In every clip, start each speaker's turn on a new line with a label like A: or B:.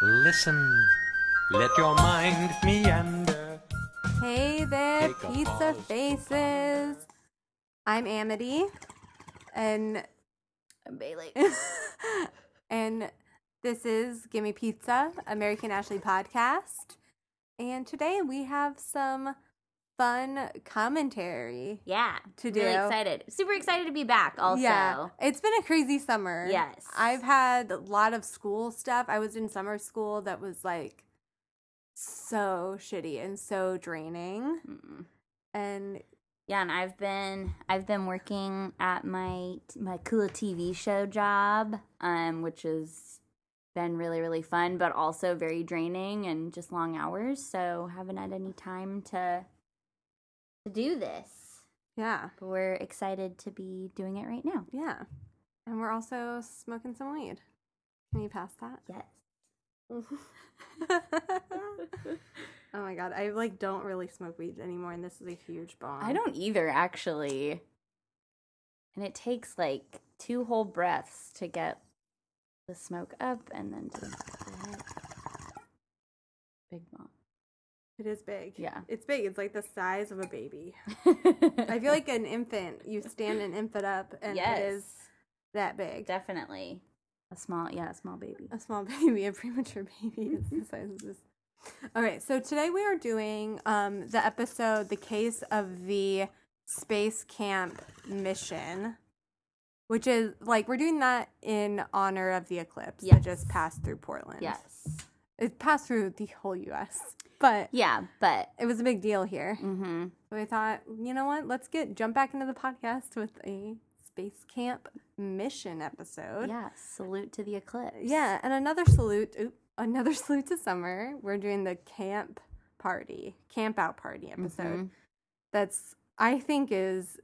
A: listen. Let your mind meander.
B: Hey there,
A: Take a
B: pizza
A: pause.
B: faces. I'm Amity, and
C: I'm Bailey.
B: and this is Gimme Pizza, American Ashley podcast. And today we have some fun commentary.
C: Yeah.
B: To
C: Really
B: do.
C: excited. Super excited to be back also.
B: Yeah, it's been a crazy summer.
C: Yes.
B: I've had a lot of school stuff. I was in summer school that was like so shitty and so draining,
C: Mm.
B: and
C: Yeah, and I've been I've been working at my my cool TV show job, um, which has been really really fun, but also very draining and just long hours. So haven't had any time to to do this.
B: yeah,
C: But we're excited to be doing it right now.
B: yeah. And we're also smoking some weed. Can you pass that?
C: Yes.
B: oh my god, I like don't really smoke weed anymore, and this is a huge bomb.
C: I don't either, actually. And it takes like two whole breaths to get the smoke up and then to big mom.
B: It is big.
C: Yeah.
B: it's big. It's like the size of a baby. I feel like an infant. You stand an infant up, and
C: yes,
B: it is that big.
C: definitely a small, yeah, a small baby.
B: a small baby, a premature baby is
C: Mm-hmm.
B: the size of this. Okay, so today we are doing um, the episode, the case of the space camp mission, which is like we're doing that in honor of the eclipse that just
C: Yes.
B: passed through Portland.
C: Yes,
B: it passed through the whole U.S., but
C: yeah, but
B: it was a big deal here.
C: mm-hmm.
B: So we thought, you know what? Let's get jump back into the podcast with a space camp mission episode.
C: yeah, salute to the eclipse.
B: Yeah, and another salute, oop, another salute to summer. We're doing the camp party, camp out party episode.
C: Mhm.
B: That's I think is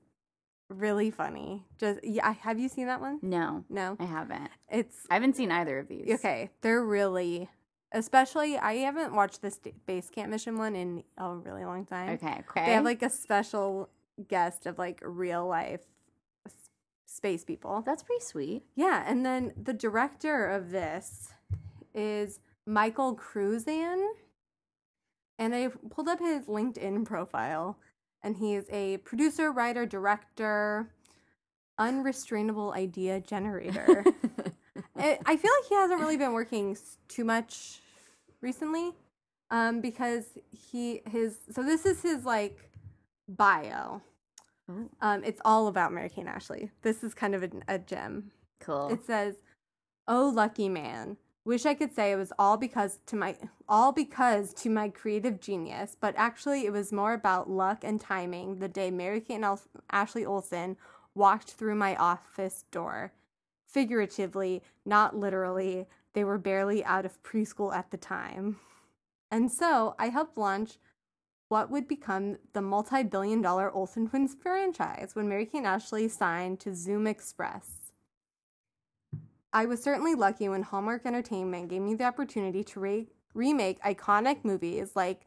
B: really funny. Just yeah, I- have you seen that one?
C: No,
B: No,
C: I haven't.
B: it's
C: I haven't seen either of these.
B: okay. They're really, especially I haven't watched this d- base camp mission one in a really long time.
C: okay, okay.
B: They have like a special guest of like real life s- space people.
C: that's pretty sweet.
B: Yeah, and then the director of this is Michael Cruzan. And I pulled up his LinkedIn profile, and he is a producer, writer, director, unrestrainable idea generator. I I feel like he hasn't really been working s- too much recently, um, because he his so this is his like bio.
C: Oh.
B: Um, it's all about Mary Kane Ashley. This is kind of a, a gem.
C: cool.
B: It says, "Oh lucky man, wish I could say it was all because to my all because to my creative genius, but actually it was more about luck and timing the day Mary Kate and Al- Ashley Olsen walked through my office door. Figuratively, not literally. They were barely out of preschool at the time. And so, I helped launch what would become the multi billion dollar Olsen Twins franchise when Mary Kate and Ashley signed to Zoom Express. I was certainly lucky when Hallmark Entertainment gave me the opportunity to re- remake iconic movies like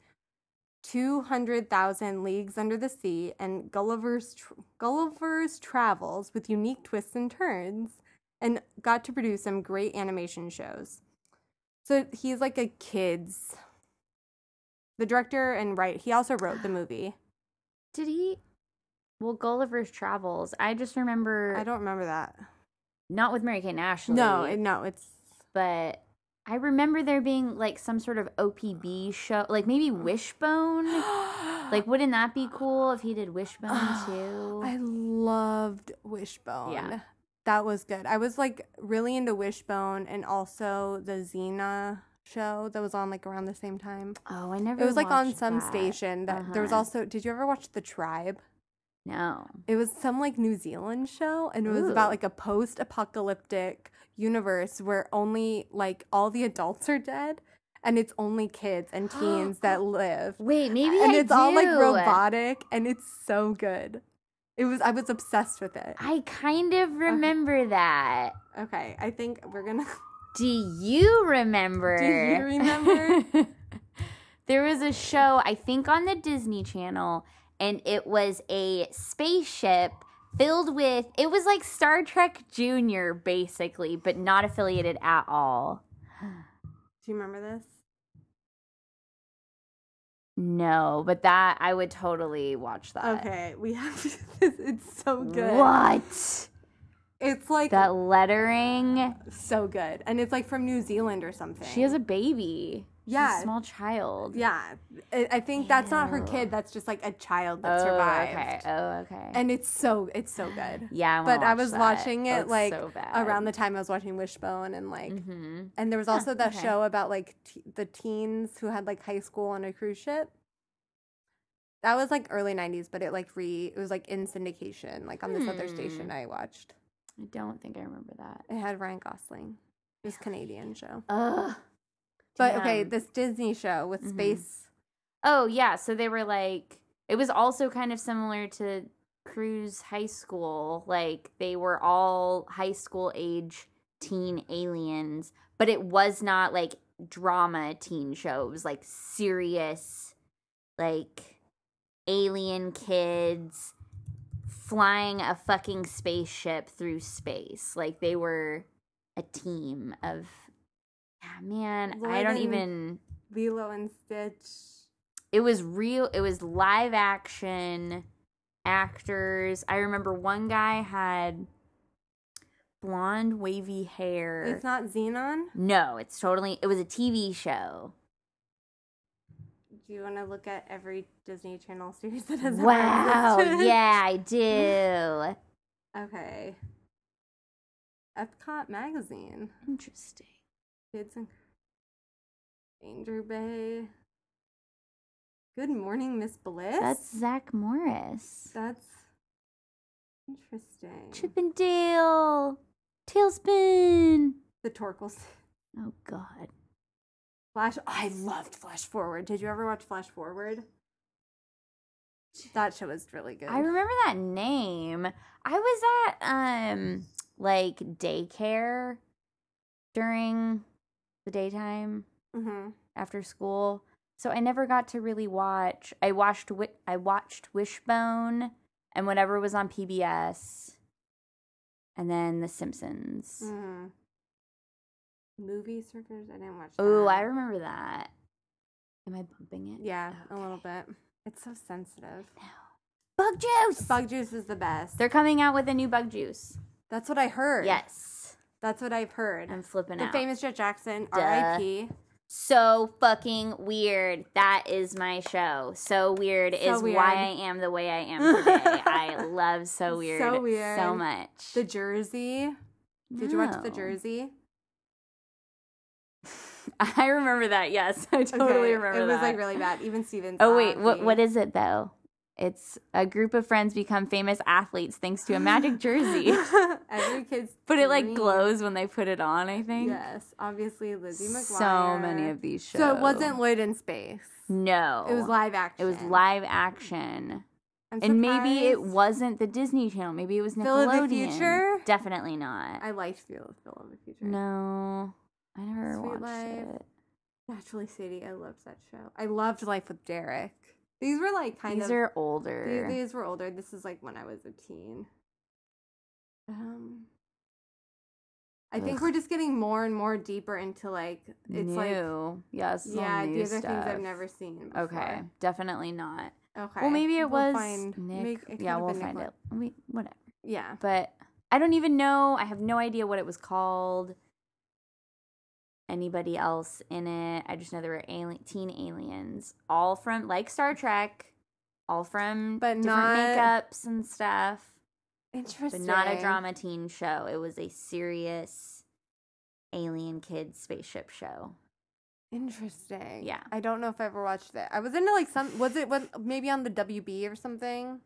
B: 200,000 Leagues Under the Sea and Gulliver's, Tr- Gulliver's Travels with unique twists and turns, and got to produce some great animation shows. So he's like a kid's. The director and right, he also wrote the movie.
C: Did he? Well, Gulliver's Travels. I just remember
B: I don't remember that.
C: not with Mary Kate and Ashley.
B: No, it- no, it's
C: but I remember there being like some sort of OPB show, like maybe Wishbone. like, wouldn't that be cool if he did Wishbone
B: Ah,
C: too?
B: I loved Wishbone.
C: Yeah.
B: That was good. I was like really into Wishbone and also the Xena show that was on like around the same time.
C: oh, I never.
B: It was like on
C: watched
B: some
C: that.
B: station that there was
C: Uh-huh.
B: also did you ever watch The Tribe?
C: No.
B: It was some like New Zealand show and it was about
C: Ooh.
B: like a post apocalyptic universe where only like all the adults are dead and it's only kids and teens that live
C: Wait, maybe.
B: and
C: I
B: it's all like
C: do.
B: robotic and it's so good it was i was obsessed with it
C: I kind of remember that.
B: okay i think we're gonna
C: Do you remember?
B: remember?
C: there was a show, I think, on the Disney Channel, and it was a spaceship filled with. It was like Star Trek Junior, basically, but not affiliated at all.
B: Do you remember this?
C: No, but that I would totally watch that.
B: Okay, we have to. This, it's so good.
C: What?
B: It's like
C: That lettering.
B: so good, and it's like from New Zealand or something.
C: She has a baby. She's a
B: Yeah.
C: small child.
B: yeah. I I think that's not her kid. That's just like a child that
C: oh,
B: survived.
C: Okay. Oh, okay.
B: And it's so it's so good.
C: yeah, I wanna
B: But I
C: watch
B: was
C: that.
B: watching
C: Oh,
B: it
C: it's
B: like
C: so bad.
B: around the time I was watching Wishbone and like
C: hmm
B: and there was also that
C: okay.
B: show about like t- the teens who had like high school on a cruise ship. That was like early 90s, but it like re it was like in syndication like on this other
C: Hmm.
B: station I watched.
C: I don't think I remember that.
B: It had Ryan Gosling. This Canadian show.
C: Ugh.
B: But okay,
C: Damn.
B: this Disney show with
C: Mhm.
B: space
C: Oh yeah, so they were like it was also kind of similar to Cruise High School. Like they were all high school age teen aliens, but it was not like drama teen show. It was like serious like alien kids flying a fucking spaceship through space. Like they were a team of yeah, man, I
B: Lord
C: don't
B: and-
C: even
B: Lilo and Stitch.
C: it was real it was live action actors i remember one guy had blonde wavy hair
B: It's not Xenon.
C: no it's totally it was a tv show
B: Do you want to look at every Disney Channel series that has? ever
C: wow
B: existed?
C: yeah i do
B: Okay. Epcot magazine.
C: interesting
B: Kids in Danger Bay. Good morning, Miss Bliss.
C: that's zach morris
B: that's interesting.
C: chip and dale tailspin
B: the Torkelson.
C: oh god
B: Flash. I loved Flash Forward. Did you ever watch Flash Forward? That show was really good.
C: I remember that name. I was at um like daycare during the daytime
B: hmm
C: after school. So I never got to really watch. I watched Wi- I watched Wishbone and whatever was on PBS. And then The Simpsons.
B: hmm Movie Surfers. I didn't watch.
C: Oh,
B: that.
C: I remember that. Am I bumping it?
B: Yeah, a little
C: Okay.
B: bit. It's so sensitive.
C: Bug juice.
B: Bug juice is the best.
C: They're coming out with a new bug juice.
B: That's what I heard.
C: Yes.
B: That's what I've heard.
C: I'm flipping
B: the
C: out.
B: famous Jet Jackson,
C: Duh.
B: R.I.P.
C: so fucking weird. That is my show. So weird
B: So
C: is
B: weird.
C: why I am the way I am today. I love so weird,
B: So weird.
C: so much.
B: The Jersey. Did you watch The
C: No.
B: Jersey?
C: I remember that. Yes, I totally
B: Okay,
C: remember.
B: It was like
C: that.
B: really bad. Even Steven.
C: Oh wait, what
B: Sondheim.
C: what is it though? It's a group of friends become famous athletes thanks to a magic jersey,
B: Every kid's.
C: but it like
B: dream.
C: glows when they put it on. I think.
B: Yes, obviously Lizzie McGuire.
C: So many of these shows.
B: So it wasn't Lloyd in space.
C: No.
B: It was live action.
C: It was live action.
B: I'm
C: And maybe it
B: surprised.
C: wasn't the Disney Channel. Maybe it was
B: Phil of the
C: Nickelodeon.
B: Future?
C: Definitely not.
B: I liked Phil Phil of the Future.
C: no, I never
B: Sweet
C: watched
B: Life.
C: it.
B: Naturally Sadie. I loved that show. I loved Life with Derek. These were like kind
C: These
B: of
C: are
B: these,
C: older.
B: these were older. This is like when I was a teen. Um I think
C: Ugh.
B: we're just getting more and more deeper into like it's
C: new.
B: like
C: yeah, this is all
B: yeah,
C: new
B: these are
C: stuff.
B: things I've never seen. Before.
C: Okay, definitely not.
B: Okay.
C: Well, maybe it
B: We'll
C: was
B: find-
C: Nick.
B: make- it
C: yeah,
B: could've
C: we'll
B: been
C: find
B: Nickelode-
C: it. We whatever.
B: Yeah.
C: But I don't even know. I have no idea what it was called. Anybody else in it? I just know there were alien, teen aliens, all from like Star Trek, all from
B: But
C: different
B: not-
C: makeups and stuff. But
B: Interesting.
C: not a drama teen show. It was a serious alien kid spaceship show.
B: Interesting.
C: Yeah.
B: I don't know if I ever watched it. I was into like some was it was maybe on the WB or something?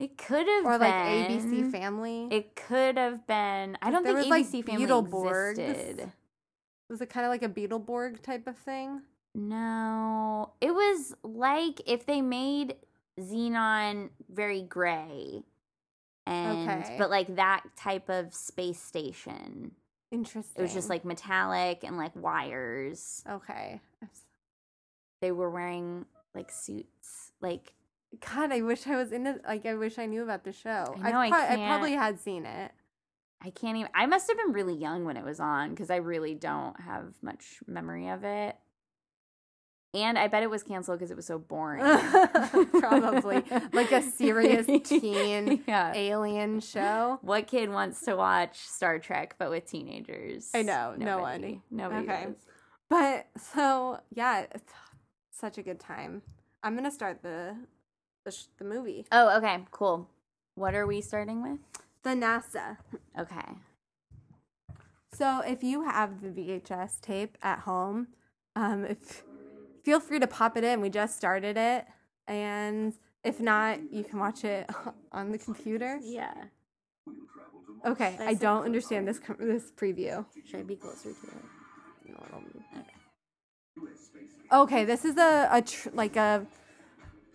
C: It could have
B: Or
C: been
B: like ABC Family.
C: It could have been. I don't
B: there
C: think ABC
B: was, like,
C: Family
B: Beetleborgs.
C: existed.
B: was it kind of like a Beetleborg type of thing?
C: No, it was like if they made Xenon very gray, and
B: Okay.
C: but like that type of space station.
B: Interesting.
C: It was just like metallic and like wires.
B: okay. I'm s-
C: They were wearing like suits, like
B: God, I wish I was in it. Like I wish I knew about the show.
C: I know, I
B: pro-
C: can't-
B: probably had seen it.
C: I can't even. I must have been really young when it was on because I really don't have much memory of it. And I bet it was canceled because it was so boring.
B: Probably. Like a serious teen
C: Yeah.
B: alien show.
C: What kid wants to watch Star Trek but with teenagers?
B: I know, no one.
C: Nobody
B: Okay.
C: does.
B: But so yeah, it's such a good time. I'm gonna start the the, sh- the movie.
C: Oh, okay, cool. What are we starting with?
B: The NASA.
C: Okay.
B: So if you have the VHS tape at home, um, if, feel free to pop it in. We just started it, and if not, you can watch it on the computer.
C: Yeah.
B: Okay, I don't understand this com- this preview.
C: Should I be closer to it?
B: Okay, this is a a tr- like a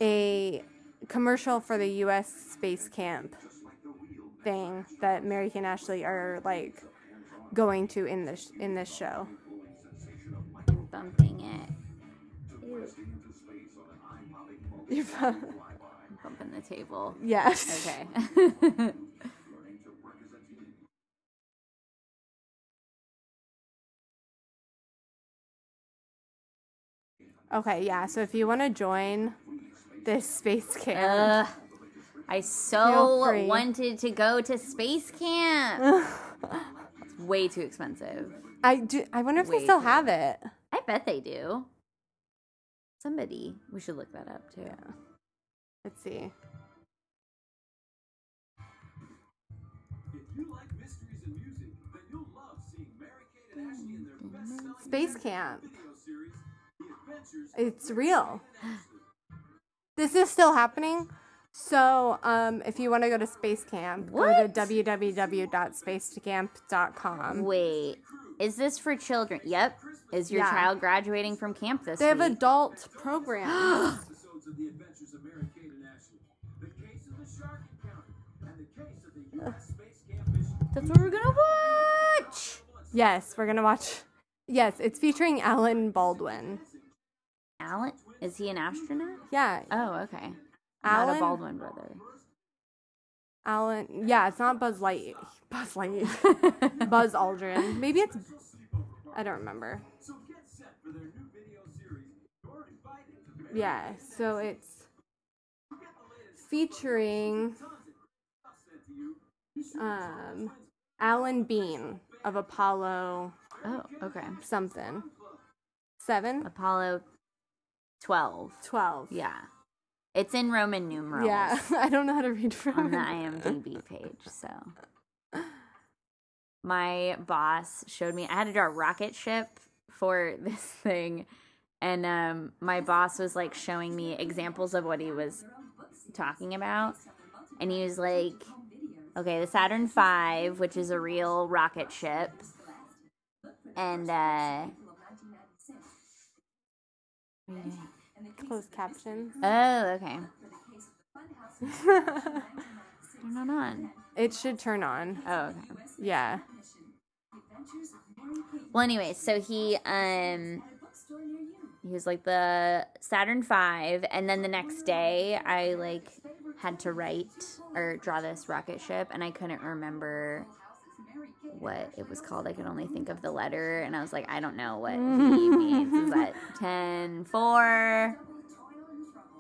B: a commercial for the U.S. space camp thing that Mary Kay and Ashley are like going to in this in this show.
C: I'm bumping it. I'm bumping the table.
B: yes.
C: Okay.
B: Okay. Yeah. So if you want to join this space camp,
C: Ugh. I so
B: free.
C: wanted to go to space camp. it's way too expensive.
B: I do. I wonder if they
C: Wait.
B: still have it.
C: I bet they do. Somebody. We should look that up too.
B: Let's see.
D: If you like mysteries and music, then you'll love seeing Mary Kate and Ashley in their best-selling
B: Space camp.
D: video series, The Adventures
B: It's real. This is still happening. So, um, if you want to go to space camp, go to
C: What?
B: www.spacecamp.com.
C: Wait. Is this for children? Yep. Is your
B: Yeah.
C: child graduating from camp this
B: They have
C: week?
B: adult programs.
D: episodes of The Adventures of Mary Kate and Ashley, The Case of the Shark Encounter, and The Case of the U.S. Space Camp Mission.
C: That's what we're gonna watch.
B: yes, we're gonna watch. Yes, it's featuring Alan Baldwin.
C: Alan, is he an astronaut?
B: Yeah,
C: Oh, okay. Not
B: Alan.
C: a Baldwin brother.
B: Alan. Yeah, it's not Buzz Light. Buzz Light. Buzz Aldrin. Maybe it's. I don't remember.
D: So get set for their new video series. You're invited to Mary
B: Yeah, so it's featuring um, Alan Bean of Apollo
C: Oh, okay.
B: something. Seven?
C: Apollo 12.
B: Twelve.
C: Yeah. It's in Roman numerals
B: Yeah. I don't know how to read from
C: on the IMDb page, so. My boss showed me, I had to draw a rocket ship for this thing. And um, my boss was like showing me examples of what he was talking about. And he was like, okay, the Saturn V, which is a real rocket ship. And, uh,
B: Closed captions.
C: oh, okay. Turn it on.
B: It should turn on.
C: Oh, okay.
B: Yeah.
C: Well, anyway, so he um he was like the Saturn Five, and then the next day I like had to write or draw this rocket ship, and I couldn't remember what it was called. I could only think of the letter, and I was like, I don't know what he means. Is that ten four?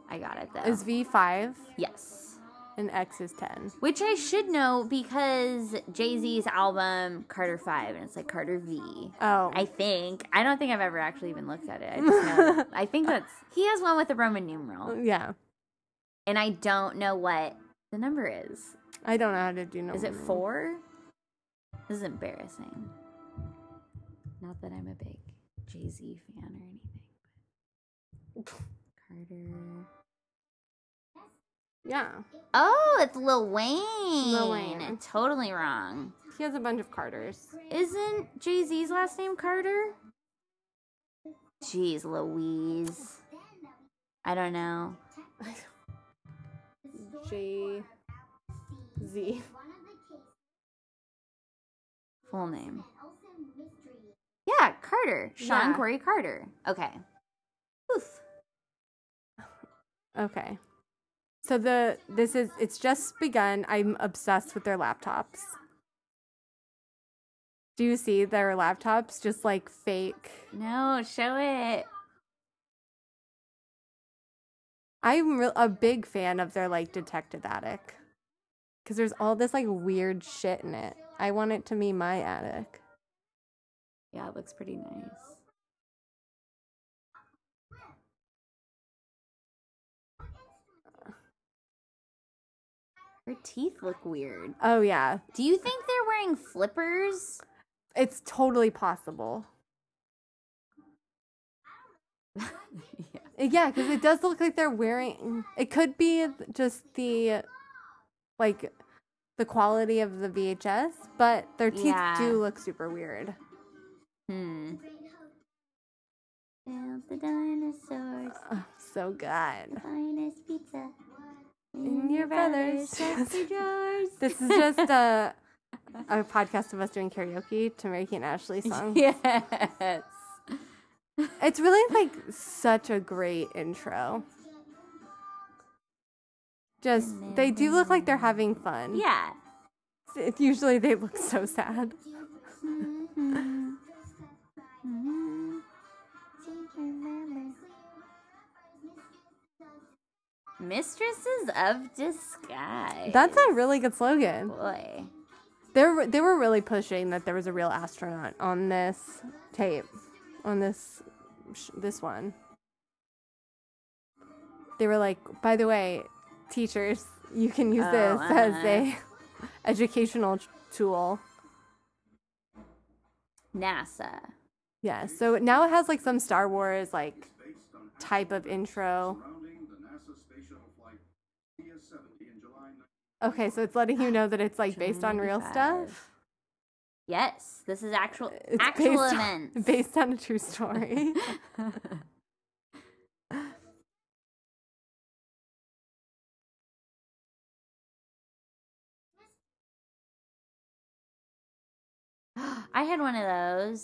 C: I got it though.
B: Is V five
C: yes.
B: and X is ten.
C: Which I should know because Jay Z's album Carter Five, and it's like Carter V.
B: Oh.
C: I think. I don't think I've ever actually even looked at it. I, just know, I think that's he has one with a Roman numeral,
B: yeah.
C: and I don't know what the number is.
B: I don't know how to do no.
C: Is it four? This is embarrassing. Not that I'm a big Jay Z fan or anything. But Carter.
B: Yeah.
C: Oh, it's Lil Wayne.
B: Lil Wayne.
C: Totally wrong.
B: He has a bunch of Carters.
C: Isn't Jay Z's last name Carter? Jeez Louise. I don't know.
B: J Z.
C: Full name. Yeah, Carter. Sean
B: Yeah.
C: Corey Carter. Okay. Oof.
B: Okay. So the this is it's just begun. I'm obsessed with their laptops. Do you see their laptops just like fake?
C: No, show it.
B: I'm re- a big fan of their like detective attic because there's all this like weird shit in it. I want it to be my attic.
C: Yeah, it looks pretty nice. Her teeth look weird.
B: Oh, yeah,
C: Do you think they're wearing flippers?
B: it's totally possible.
C: yeah.
B: Uh, Yeah, because it does look like they're wearing. It could be just the, like, the quality of the VHS, but their teeth
C: Yeah.
B: do look super weird.
C: Hmm. Build the dinosaurs,
B: Oh, so good.
C: finest pizza.
B: In your brother's
C: sexy drawers.
B: This is just a, a podcast of us doing karaoke to Mary Kate and Ashley song.
C: yes.
B: It's really like such a great intro. Just they do look like they're having fun.
C: Yeah.
B: It- Usually they look so sad.
C: Mistresses of disguise.
B: That's a really good slogan.
C: boy.
B: They were they were really pushing that there was a real astronaut on this tape, on this sh- this one. They were like, by the way, teachers, you can use
C: Oh,
B: this as
C: uh-huh.
B: a educational t- tool.
C: NASA.
B: Yeah, so now it has like some Star Wars like
D: Based on
B: type of intro.
D: surrounding the NASA space shuttle flight DS-70 in July
B: Okay, so it's letting you know that it's like based on real
C: 95.
B: stuff.
C: Yes, this is actual
B: It's
C: actual
B: based
C: events.
B: on, based on a true story.
C: I had one of those.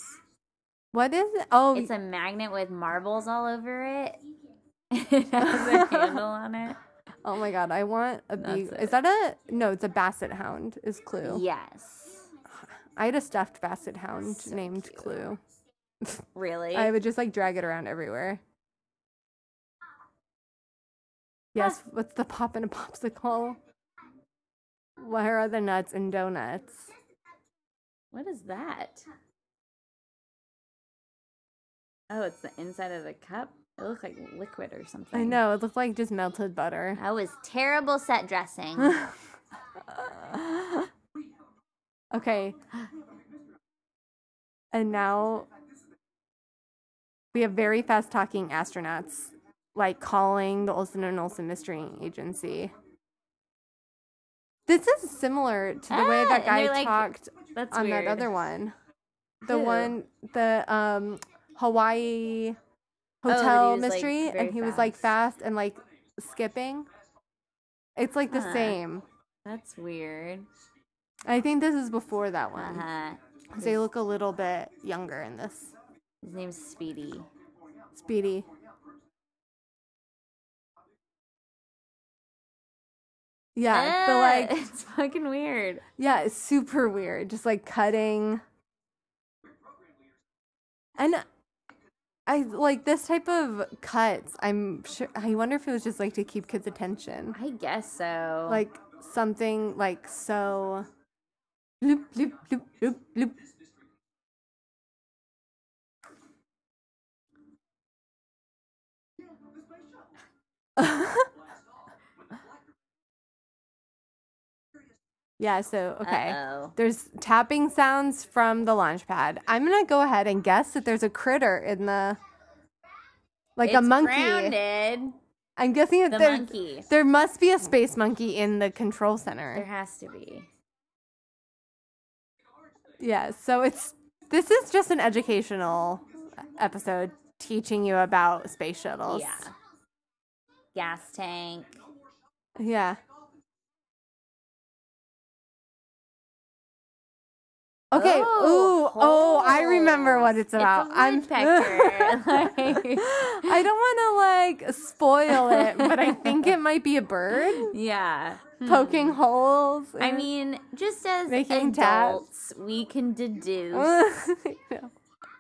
B: what is it? Oh,
C: It's a magnet with marbles all over it. it has a handle on it.
B: oh my god, I want a
C: That's
B: beagle. Is
C: it.
B: that a no? It's a basset hound. Is Clue?
C: Yes.
B: I had a stuffed basset hound
C: So
B: named
C: cute.
B: Clue.
C: Really?
B: I would just like drag it around everywhere. Yes, what's the pop in a popsicle? Where are the nuts and donuts?
C: What is that? Oh, it's the inside of the cup. It looks like liquid or something.
B: I know, it looked like just melted butter.
C: That was terrible set dressing.
B: okay. And now we have very fast talking astronauts like calling the Olsen and Olsen Mystery Agency. This is similar to the way
C: Ah, and
B: that guy
C: they're like-
B: talked
C: That's
B: on
C: weird.
B: that other one. The
C: Who?
B: one, the um, Hawaii
C: Oh, that he
B: hotel
C: was, like,
B: mystery,
C: very
B: and he was like
C: fast.
B: fast and like skipping. It's like the
C: Huh.
B: same.
C: That's weird.
B: I think this is before that
C: Uh
B: one.
C: huh.
B: 'cause They look a little bit younger in this.
C: His name's Speedy.
B: Speedy. Yeah, the
C: Ah,
B: like
C: it's fucking weird.
B: Yeah, it's super weird. Just like cutting. And I like this type of cuts. I'm sure. I wonder if it was just like to keep kids' attention.
C: I guess so.
B: Like something like so. Bloop, bloop, bloop, bloop, bloop. yeah, so okay.
C: Uh-oh.
B: There's tapping sounds from the launch pad. I'm gonna go ahead and guess that there's a critter in the, like a
C: It's
B: monkey.
C: Grounded.
B: I'm guessing that
C: The
B: there,
C: monkey.
B: there must be a space monkey in the control
C: There
B: center.
C: has to be.
B: Yeah. So it's this is just an educational episode teaching you about space shuttles.
C: Yeah. Gas tank.
B: Yeah. Okay.
C: Oh,
B: Ooh. Oh, I remember
C: holes.
B: what it's
C: It's a
B: about.
C: woodpecker, like-
B: I don't want to like spoil it, but I think it might be a bird
C: Yeah.
B: poking holes.
C: Hmm. I
B: in-
C: mean, just as
B: Hmm. Making Uh.
C: adults, we can deduce
B: I know.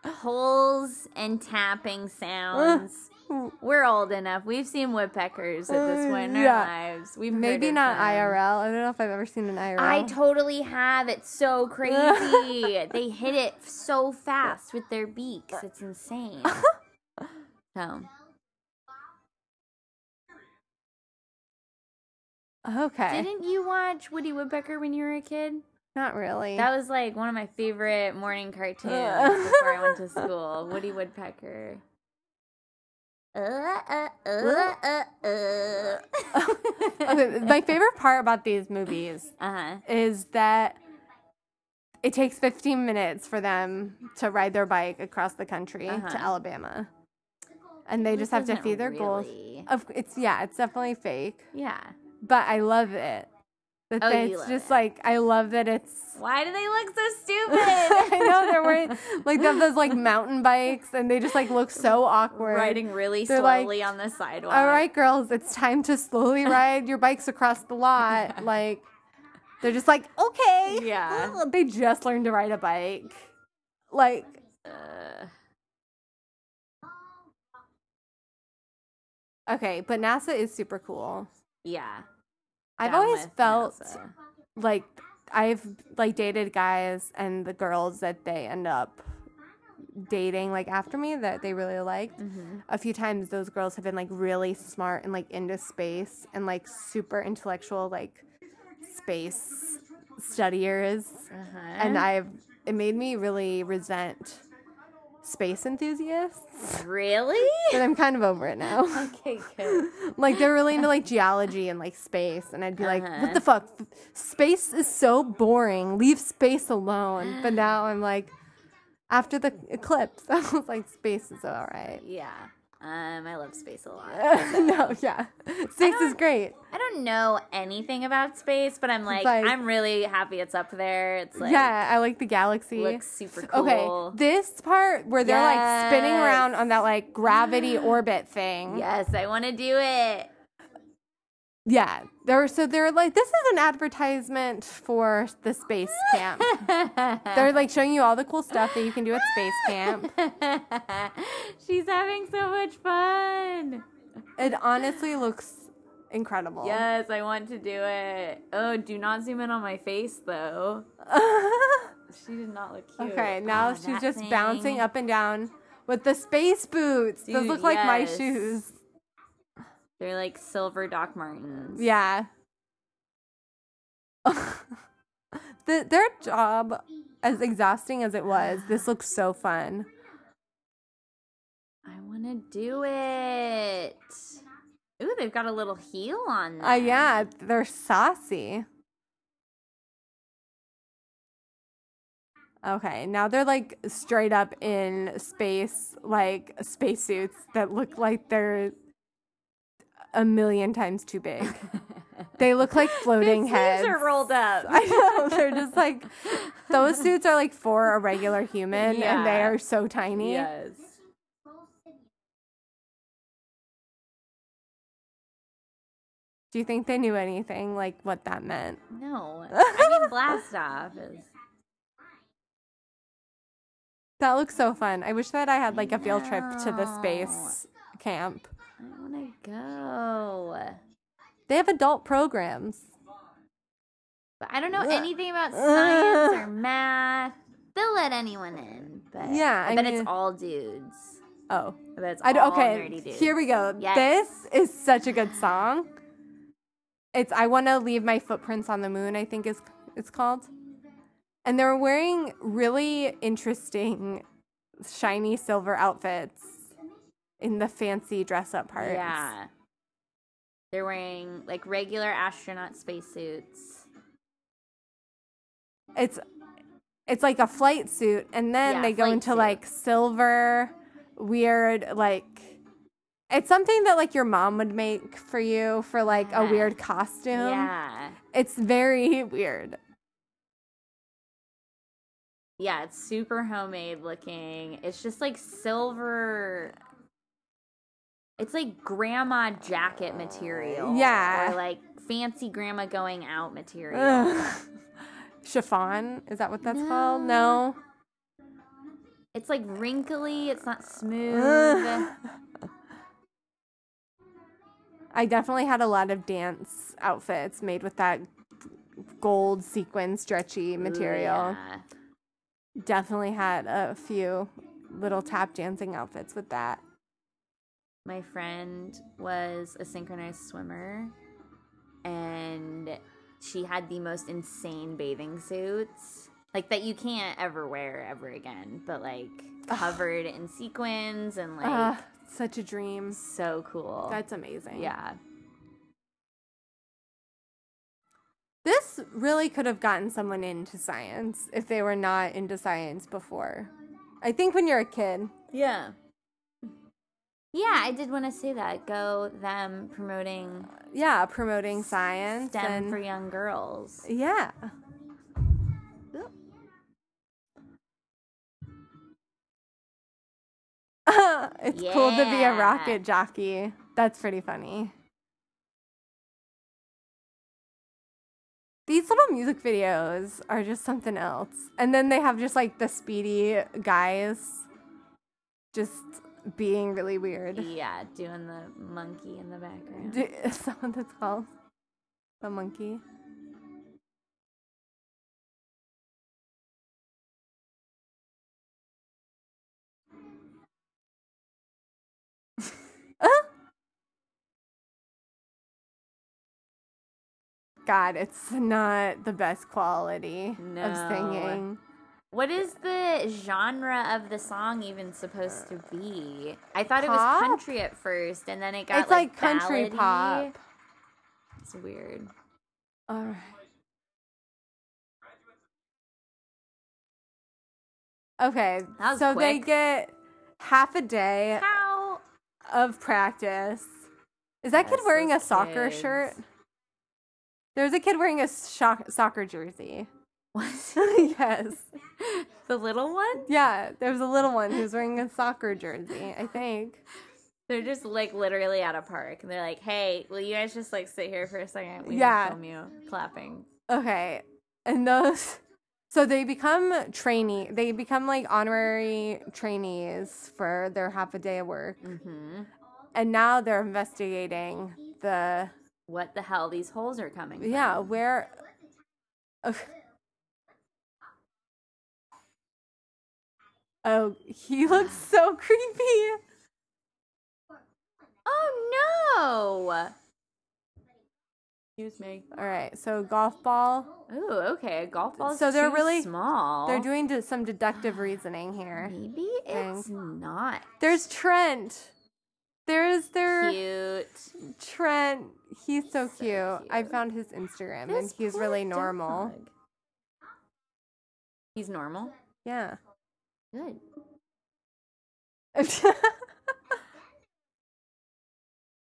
C: holes and tapping sounds.
B: Uh.
C: We're old enough. We've seen woodpeckers at this point in our
B: Yeah.
C: lives. We've
B: maybe
C: heard of
B: not
C: them.
B: IRL. I don't know if I've ever seen an IRL.
C: I totally have. It's so crazy. they hit it so fast with their beaks. It's insane. So
B: okay,
C: Didn't you watch Woody Woodpecker when you were a kid?
B: not really.
C: That was like one of my favorite morning cartoons
B: Ugh.
C: before I went to school. Woody Woodpecker. Uh, uh, uh, uh, uh.
B: okay, my favorite part about these movies
C: uh-huh.
B: is that it takes 15 minutes for them to ride their bike across the country
C: Uh-huh.
B: to Alabama. And they just have to
C: Isn't
B: feed their goals.
C: really-
B: Of it's yeah, it's definitely fake,
C: Yeah.
B: but I love it. That
C: Oh,
B: they-
C: you
B: it's
C: love
B: just
C: it.
B: like I love that it's
C: Why do they look so
B: I
C: stupid?
B: know they're wearing like they have those like mountain bikes and they just like look so awkward.
C: riding really
B: They're like,
C: slowly on the sidewalk.
B: All right, girls, it's time to slowly ride your bikes across the lot. Like, they're just like, okay.
C: Yeah.
B: Ugh, They just learned to ride a bike. Like,
C: Uh,
B: okay, but NASA is super cool.
C: yeah.
B: I've
C: down
B: always
C: with
B: felt
C: NASA.
B: like I've like dated guys and the girls that they end up dating like after me that they really liked. A few times those girls have been like really smart and like into space and like super intellectual like space studiers.
C: Uh-huh.
B: And I've it made me really resent space enthusiasts.
C: Uh-huh. really?
B: And I'm kind of over it now.
C: okay, good.
B: like they're really into like geology and like space and i'd be like
C: Uh-huh.
B: what the fuck space is so boring leave space alone but now i'm like after the eclipse i was like space is all right
C: Yeah. Um, I love space a lot.
B: no yeah space is great
C: I don't know anything about space, but I'm like,
B: Like-
C: I'm really happy it's up there. It's like,
B: yeah i like the galaxy
C: looks super cool.
B: okay this part where they're like spinning around
C: Yes.
B: on that like gravity orbit thing
C: yes, I want to do it.
B: yeah they're so they're like this is an advertisement for the space camp They're like showing you all the cool stuff that you can do at space camp.
C: She's having so much fun.
B: It honestly looks incredible.
C: Yes, I want to do it. Oh, do not zoom in on my face though. She did not look cute.
B: okay, now
C: Ah,
B: she's
C: that
B: just
C: thing.
B: bouncing up and down with the space boots. Those
C: Dude,
B: look like my
C: yes.
B: shoes.
C: They're like silver Doc Martens.
B: Yeah. the, their job, as exhausting as it was, this looks so fun.
C: I want to do it. Ooh, they've got a little heel on.
B: Uh,
C: them.
B: yeah, they're saucy. Okay, now they're like straight up in space, like spacesuits that look like they're a million times too big. they look like floating
C: His sleeves
B: heads.
C: are rolled up.
B: I know, they're just like, those suits are like for a regular human and they
C: Yeah.
B: are so tiny.
C: Yes.
B: Do you think they knew anything like what that meant?
C: No. I mean, blast off is.
B: That looks so fun. I wish that I had like a field trip to the
C: know.
B: space camp.
C: I want to go.
B: They have adult programs.
C: But I don't know anything about science or math. They'll let anyone in, but
B: Yeah,
C: I
B: I
C: bet it's
B: mean-
C: all dudes.
B: Oh,
C: I bet it's
B: I d-
C: all
B: okay.
C: nerdy dudes.
B: Here we go.
C: Yes.
B: This is such a good song. It's I want to leave my footprints on the moon. I think is it's called. And they're wearing really interesting, shiny silver outfits in the fancy dress up parts.
C: Yeah. They're wearing like regular astronaut spacesuits.
B: it's it's like a flight suit and then
C: Yeah,
B: they go
C: flight
B: into
C: suit.
B: like silver weird like it's something that like your mom would make for you for like a
C: Yeah.
B: weird costume
C: Yeah.
B: it's very weird
C: Yeah, it's super homemade looking. It's just like silver It's like grandma jacket material.
B: Yeah.
C: Or like fancy grandma going out material.
B: Ugh. Chiffon? Is that what that's called? No.
C: No. It's like wrinkly, it's not smooth.
B: Ugh. I definitely had a lot of dance outfits made with that gold sequin stretchy material.
C: Yeah.
B: Definitely had a few little tap dancing outfits with that.
C: My friend was a synchronized swimmer and she had the most insane bathing suits. Like that you can't ever wear ever again, but like covered in sequins and like
B: Ugh, Ah, such a dream.
C: so cool.
B: That's amazing.
C: yeah.
B: This really could have gotten someone into science if they were not into science before. I think when you're a kid,
C: Yeah. Yeah, I did want to say that. Go them promoting
B: yeah, promoting science
C: STEM
B: and
C: for young girls.
B: yeah. it's cool to be a
C: Yeah.
B: rocket jockey. That's pretty funny. These little music videos are just something else. And then they have just like the speedy guys just being really weird.
C: Yeah, doing the monkey in the background.
B: Do, is that what that's called? The monkey? Ah! God, it's not the best quality of
C: No.
B: singing.
C: what is the genre of the song even supposed to be? I thought
B: Pop?
C: it was country at first, and then it got
B: It's like country
C: ballady.
B: pop.
C: It's weird.
B: All right. Okay,
C: That was
B: so they
C: quick.
B: get half a day
C: How?
B: of practice. Is that kid
C: Yes,
B: wearing a
C: those
B: soccer
C: kids.
B: shirt? There's a kid wearing a shock- soccer jersey.
C: What?
B: yes.
C: the little one?
B: Yeah, there's a little one who's wearing a soccer jersey, I think.
C: They're just like literally at a park, and they're like, "Hey, will you guys just like sit here for a second? We
B: Yeah.
C: yeah. film you clapping."
B: Okay. And those so they become trainee they become like honorary trainees for their half a day of work.
C: Mm-hmm.
B: And now they're investigating the
C: What the hell? These holes are coming. from.
B: yeah, where oh, oh he looks so creepy.
C: Oh no! Excuse me.
B: All right, so golf ball.
C: Oh, okay. A golf ball.
B: So they're
C: too
B: really-
C: small.
B: They're doing de- some deductive reasoning here.
C: Maybe it's not
B: There's Trent. There's their
C: cute.
B: Trent. He's so,
C: So
B: cute. I
C: cute.
B: found his Instagram
C: This
B: and he's
C: poor
B: really normal.
C: dog. He's normal.
B: Yeah.
C: Good.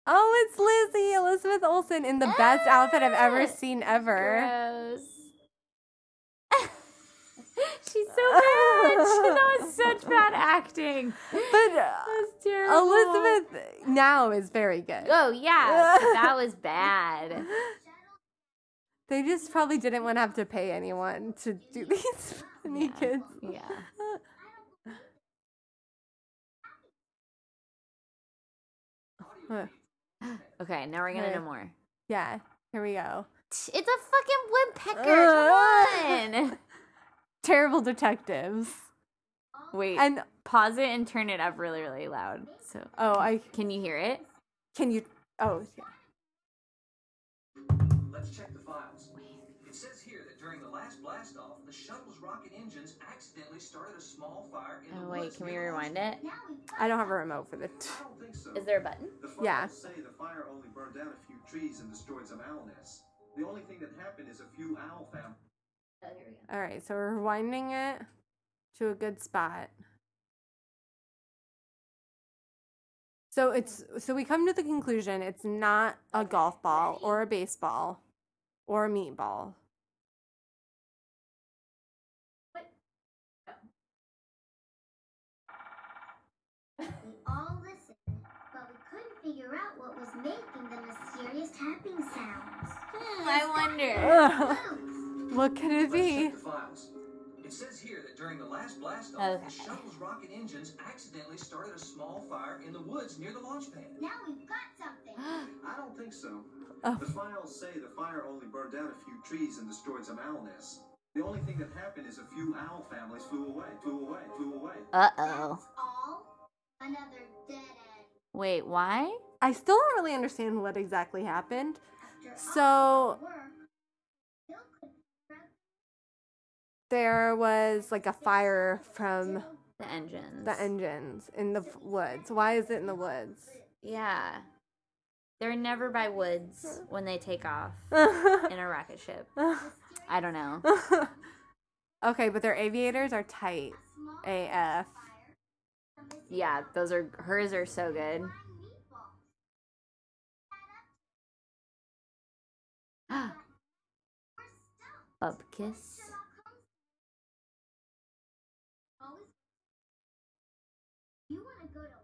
B: oh, it's Lizzie Elizabeth Olsen in the best outfit I've ever
C: Ah,
B: seen ever.
C: Gross. She's so bad. that was such bad acting.
B: But uh,
C: That's terrible.
B: Elizabeth now is very good.
C: Oh yeah, that was bad.
B: They just probably didn't want to have to pay anyone to do these funny
C: Yeah.
B: kids.
C: Yeah.
B: Uh,
C: Okay, now we're gonna
B: Okay.
C: know more.
B: yeah, here we go.
C: It's a fucking woodpecker. Come
B: Terrible detectives.
C: on. Wait. And
B: And
C: pause it and turn it up really, really loud. So
B: oh, I
C: can you hear it?
B: can you. Oh, yeah.
D: Let's check the files. It says here that during the last blastoff, the shuttle's rocket engines accidentally started a small fire in the
C: Oh wait,
D: woods
C: can we
D: near
C: rewind
D: Austin.
C: it?
B: I don't have a remote for the. T-
D: I don't think so.
C: Is there a button?
D: The
B: Yeah.
D: files say the fire only burned down a few trees and destroyed some owl nests. The only thing that happened is a few owl families.
C: Oh, here we go.
B: All right, so we're winding it to a good spot. So it's so we come to the conclusion it's not a golf ball or a baseball or a meatball.
E: We all listened, but we couldn't tapping sounds.
C: Hmm, I wonder.
B: Ugh,
E: Close.
B: what could it
D: Let's check
B: be?
D: the files. It says here that during the last blast off,
C: Okay.
D: the shuttle's rocket engines accidentally started a small fire in the woods near the launch pad.
E: Now we've got something.
D: I don't think so.
B: Oh.
D: The files say the fire only burned down a few trees and destroyed some owl nests. The only thing that happened is a few owl families flew away, flew away, flew away.
C: Uh oh.
E: That's all. Another dead end.
C: Wait, why?
B: I still don't really understand what exactly happened.
E: After all
B: So-
E: the work, Bill could construct
B: There was like a fire from
E: Joe
C: The engines.
B: the engines in the f- woods. Why is it in the woods?
C: Yeah. They're never by woods when they take off in a rocket ship. I don't know.
B: okay, but their aviators are tight.
E: small
B: AF.
E: fire from his
C: Yeah, those are hers are so good.
E: flying meatballs. We're stumped.
C: Bub kiss.
E: Sherlock Holmes. Always. You want to go to?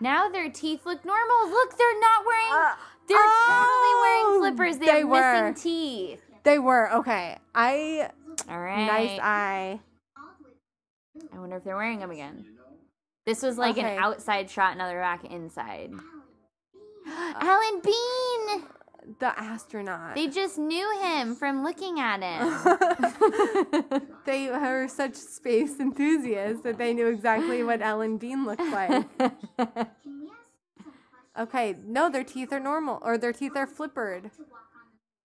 E: No.
C: Now their teeth look normal. Look, they're not wearing. they're
B: Uh, oh,
C: totally wearing flippers. They,
B: they
C: have
B: were.
C: missing teeth.
B: They were okay. I
C: All right.
B: nice eye.
E: All the way.
C: I wonder if they're wearing them again. This was like
B: Okay.
C: an outside shot, another rack inside.
E: Alan.
C: Alan Bean!
B: The astronaut.
C: They just knew him from looking at him.
B: They, were such space enthusiasts that they knew exactly what Ellen Bean looked like.
C: Hmm.
E: Can we ask some questions
B: Okay, no, their teeth are normal or their teeth are flippered.
E: to walk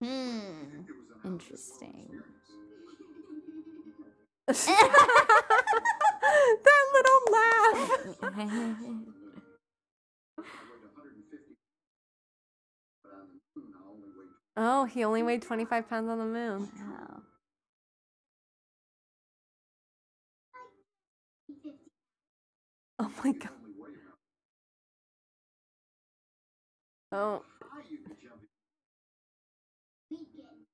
E: on the?
C: hmm. Interesting.
B: that little laugh. Oh, he only weighed 25 pounds on the moon.
C: Wow.
B: Oh my god. Oh,
E: Weekend.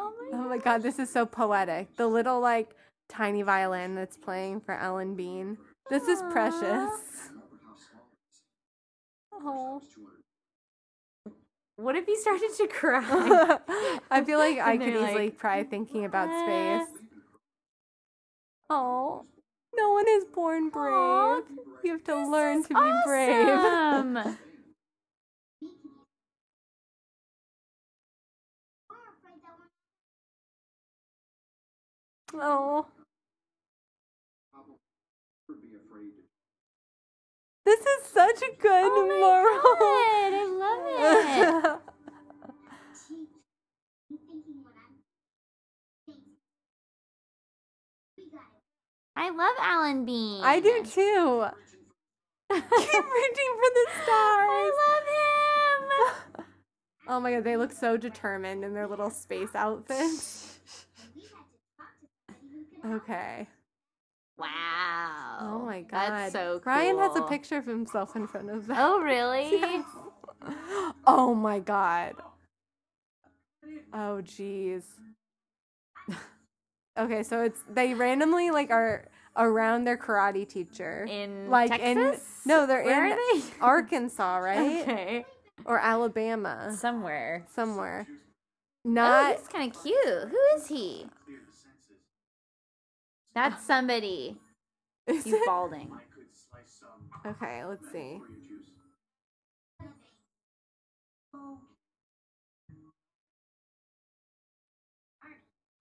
B: oh my god, this is so poetic. The little like tiny violin that's playing for Ellen Bean. This is precious. Oh.
C: What if he started to cry?
B: I feel like I
C: And
B: could
C: they're like,
B: easily cry thinking about
C: "Ah."
B: space. Oh, no one is born brave.
C: Aw,
B: you have to learn to be brave.
C: Awesome.
E: We're afraid that one.
B: oh, this is such a good
C: Oh my God, I love it.
B: moral.
E: Gee, I'm thinking what I'm thinking. We got it.
C: I love Alan Bean.
B: I do too. Keep reaching for the stars.
C: I love him.
B: Oh my god, they look so determined in their little space outfits.
E: We had to talk to somebody who could help.
B: Okay.
C: Wow.
B: Oh my god.
C: That's so cool.
B: Ryan has a picture of himself in front of them.
C: Oh, really?
B: oh my god. Oh jeez. okay, so it's they randomly like are around their karate teacher.
C: In
B: like
C: Texas?
B: in no, they're
C: Where
B: in
C: are they?
B: Arkansas, right?
C: Okay.
B: Or Alabama.
C: Somewhere.
B: Somewhere.
C: Oh,
B: Not
C: he's kind of cute. Who is he? That's somebody.
B: is
C: He's
B: it?
C: balding.
B: Okay, let's see.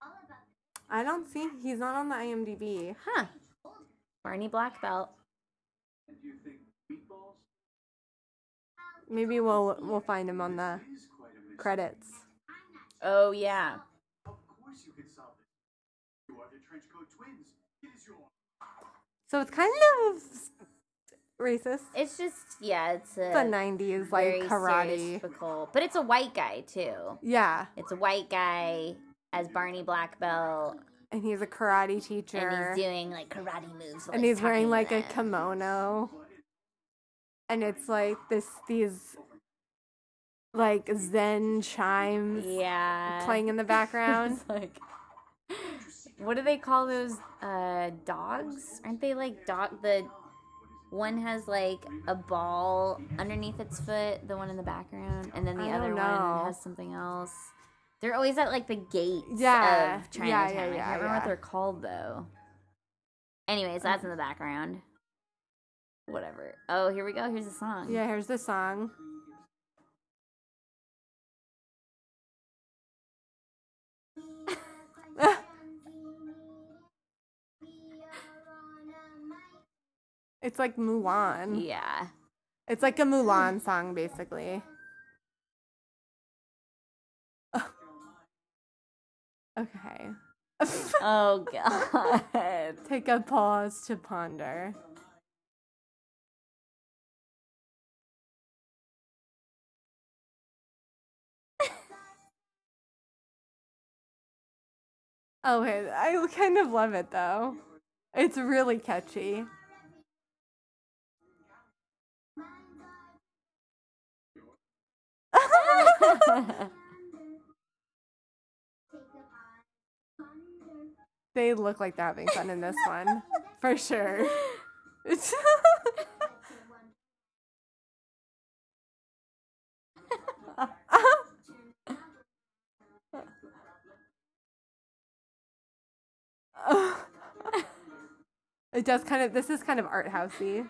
E: All about the
B: I don't see he's not on the IMDb.
C: Huh. Barney Black Belt.
B: Maybe we'll we'll find him on the credits.
E: I'm not
C: Oh, yeah.
B: So it's kind of racist.
C: It's just, yeah, it's a
B: The 90s like
C: very
B: karate.
C: stereotypical- But it's a white guy, too.
B: Yeah,
C: It's a white guy as Barney Black Belt,
B: and he's a karate teacher.
C: and he's doing like karate moves. while
B: and he's wearing like
C: talking
B: a
C: to them.
B: kimono and it's like this these like zen chimes
C: Yeah.
B: playing in the background
C: It's like what do they call those uh dogs? Aren't they like dog the one has like a ball underneath its foot, the one in the background, and then the
B: I
C: other
B: don't know.
C: one has something else. They're always at like the gates
B: Yeah. Yeah, yeah,
C: of Chinatown. I can't
B: yeah,
C: remember
B: yeah.
C: what they're called though. Anyways, that's in the background. Whatever. Oh, here we go. Here's the song.
B: Yeah, here's the song. It's like Mulan.
C: Yeah.
B: It's like a Mulan song, basically. okay.
C: Oh god.
B: Take a pause to ponder. okay, Oh, I kind of love it though. It's really catchy. They look like they're having fun in this one, for sure. It's it does kind of. This is kind of art housey.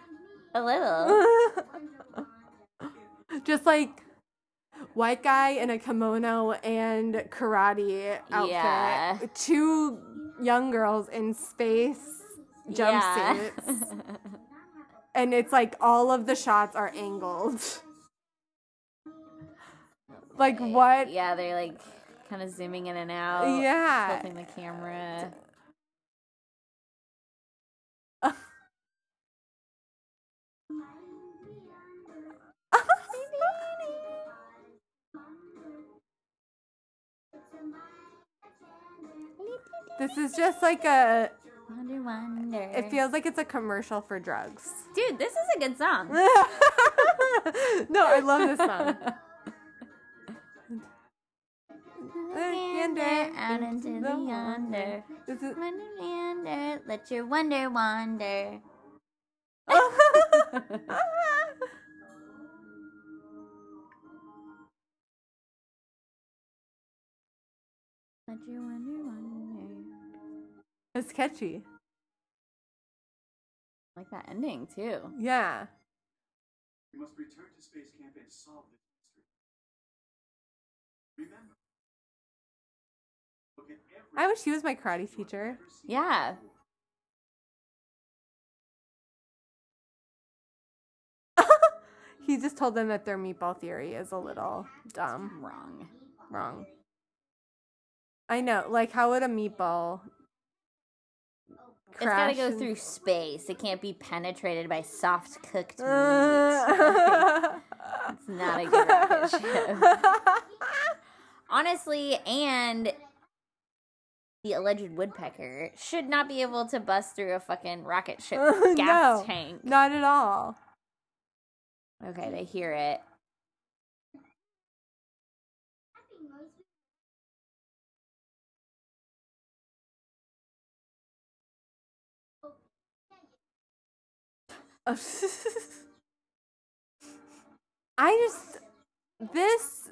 C: a little.
B: Just like white guy in a kimono and karate outfit.
C: Yeah.
B: Two young girls in space
C: Yeah.
B: jumpsuits. And it's like all of the shots are angled. like what?
C: Yeah, they're like kind of zooming in and out.
B: Yeah.
C: Tilting the camera.
B: this is just like a
C: Wonder, wonder.
B: it feels like it's a commercial for drugs.
C: Dude, this is a good song.
B: no, I love this song.
C: Gander out into the yonder.
B: This is
C: Wonder, Wander, let your wonder wander. Let your wonder wander.
B: it's catchy.
C: I like that ending too.
B: Yeah.
D: We must return to Space Camp and solve this mystery. Remember, look at every
B: I wish he was my karate teacher.
C: Yeah.
B: He just told them that their meatball theory is a little dumb.
C: Wrong.
B: Wrong. I know. Like, how would a meatball.
C: It's gotta
B: crash
C: go
B: and-
C: through space. It can't be penetrated by soft cooked meat. it's not a good rocket ship. Honestly, and the alleged woodpecker should not be able to bust through a fucking rocket ship gas
B: No,
C: tank.
B: Not at all.
C: Okay, they hear it.
B: I just this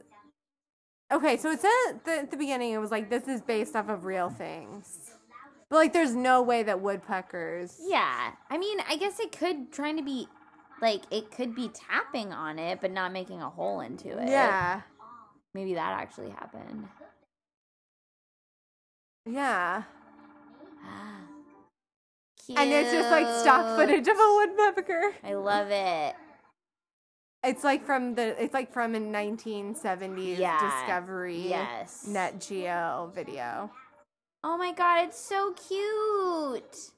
B: okay. So it said at the, at the beginning it was like this is based off of real things, but like there's no way that woodpeckers.
C: Yeah. I mean, I guess it could trying to be like it could be tapping on it but not making a hole into it.
B: Yeah,
C: Maybe that actually happened.
B: yeah,
C: Cute.
B: and it's just like stock footage of a woodpecker.
C: I love it.
B: It's like from the it's like from a 1970s
C: Yeah.
B: Discovery
C: Yes.
B: Net Geo video.
C: Oh my god, it's so cute.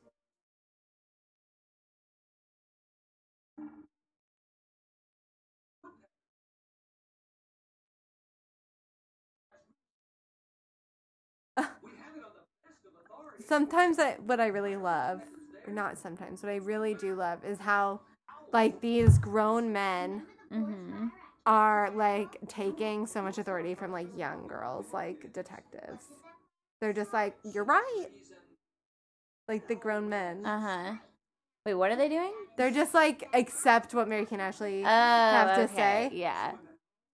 B: sometimes I, what I really love, or not sometimes, what I really do love is how, like, these grown men
C: Mhm.
B: are, like, taking so much authority from, like, young girls, like, detectives. They're just like, you're right. like the grown men.
C: Uh huh. Wait, what are they doing?
B: They're just like accept what Mary Kate and Ashley
C: Oh,
B: have to say.
C: okay, Yeah.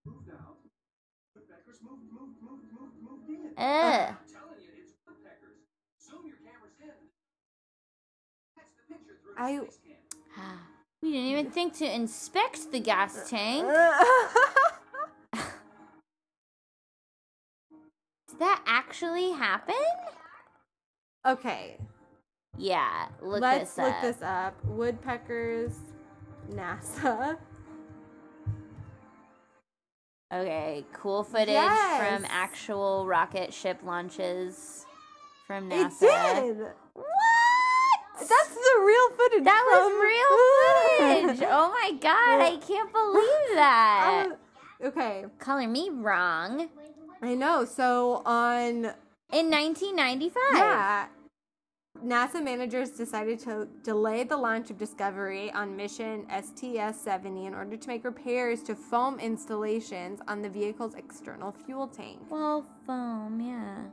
D: Moved out. Woodpeckers moved, moved, moved, moved, moved in.
C: Ugh.
D: I'm telling you, it's woodpeckers. Zoom your cameras in. Catch the picture through the
B: I-
D: space cam.
C: We didn't even think to inspect the gas tank. Did that actually happen?
B: okay,
C: Yeah. Look
B: let's
C: this
B: look
C: up.
B: this up. Woodpeckers, NASA.
C: Okay. Cool footage
B: Yes.
C: from actual rocket ship launches from
B: It
C: NASA.
B: did.
C: What?
B: That's the real footage.
C: That was
B: from-
C: real footage. Oh my god, I can't believe that.
B: Um, okay,
C: Color me wrong.
B: I know. So on
C: In 1995.
B: Yeah. NASA managers decided to delay the launch of Discovery on mission STS 70 in order to make repairs to foam installations on the vehicle's external fuel tank.
C: Well, foam, yeah.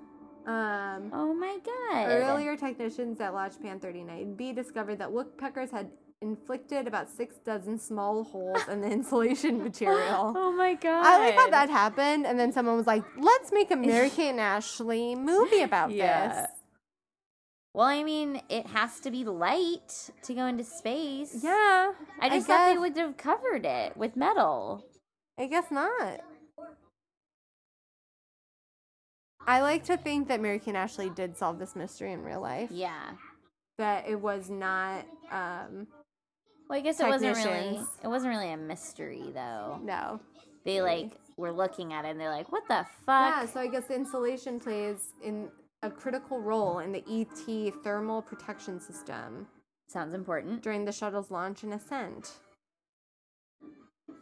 B: Um,
C: Oh my god.
B: earlier, technicians at Launch Pan 39B discovered that woodpeckers had inflicted about six dozen small holes in the insulation material.
C: Oh my god.
B: I like how that happened, and then someone was like, let's make a Mary Kate and Ashley movie about
C: Yeah.
B: this.
C: Well, I mean, it has to be light to go into space.
B: Yeah.
C: I just thought they
B: guess.
C: would have covered it with metal.
B: I guess not. I like to think that Mary Kate and Ashley did solve this mystery in real life,
C: Yeah.
B: but it was not. Um,
C: Well, I guess it wasn't really
B: Technicians.
C: it wasn't really a mystery though.
B: no.
C: They like were looking at it and they're like, "What the fuck?"
B: Yeah, so I guess the insulation plays in a critical role in the ET thermal protection system
C: Sounds important.
B: during the shuttle's launch and ascent. All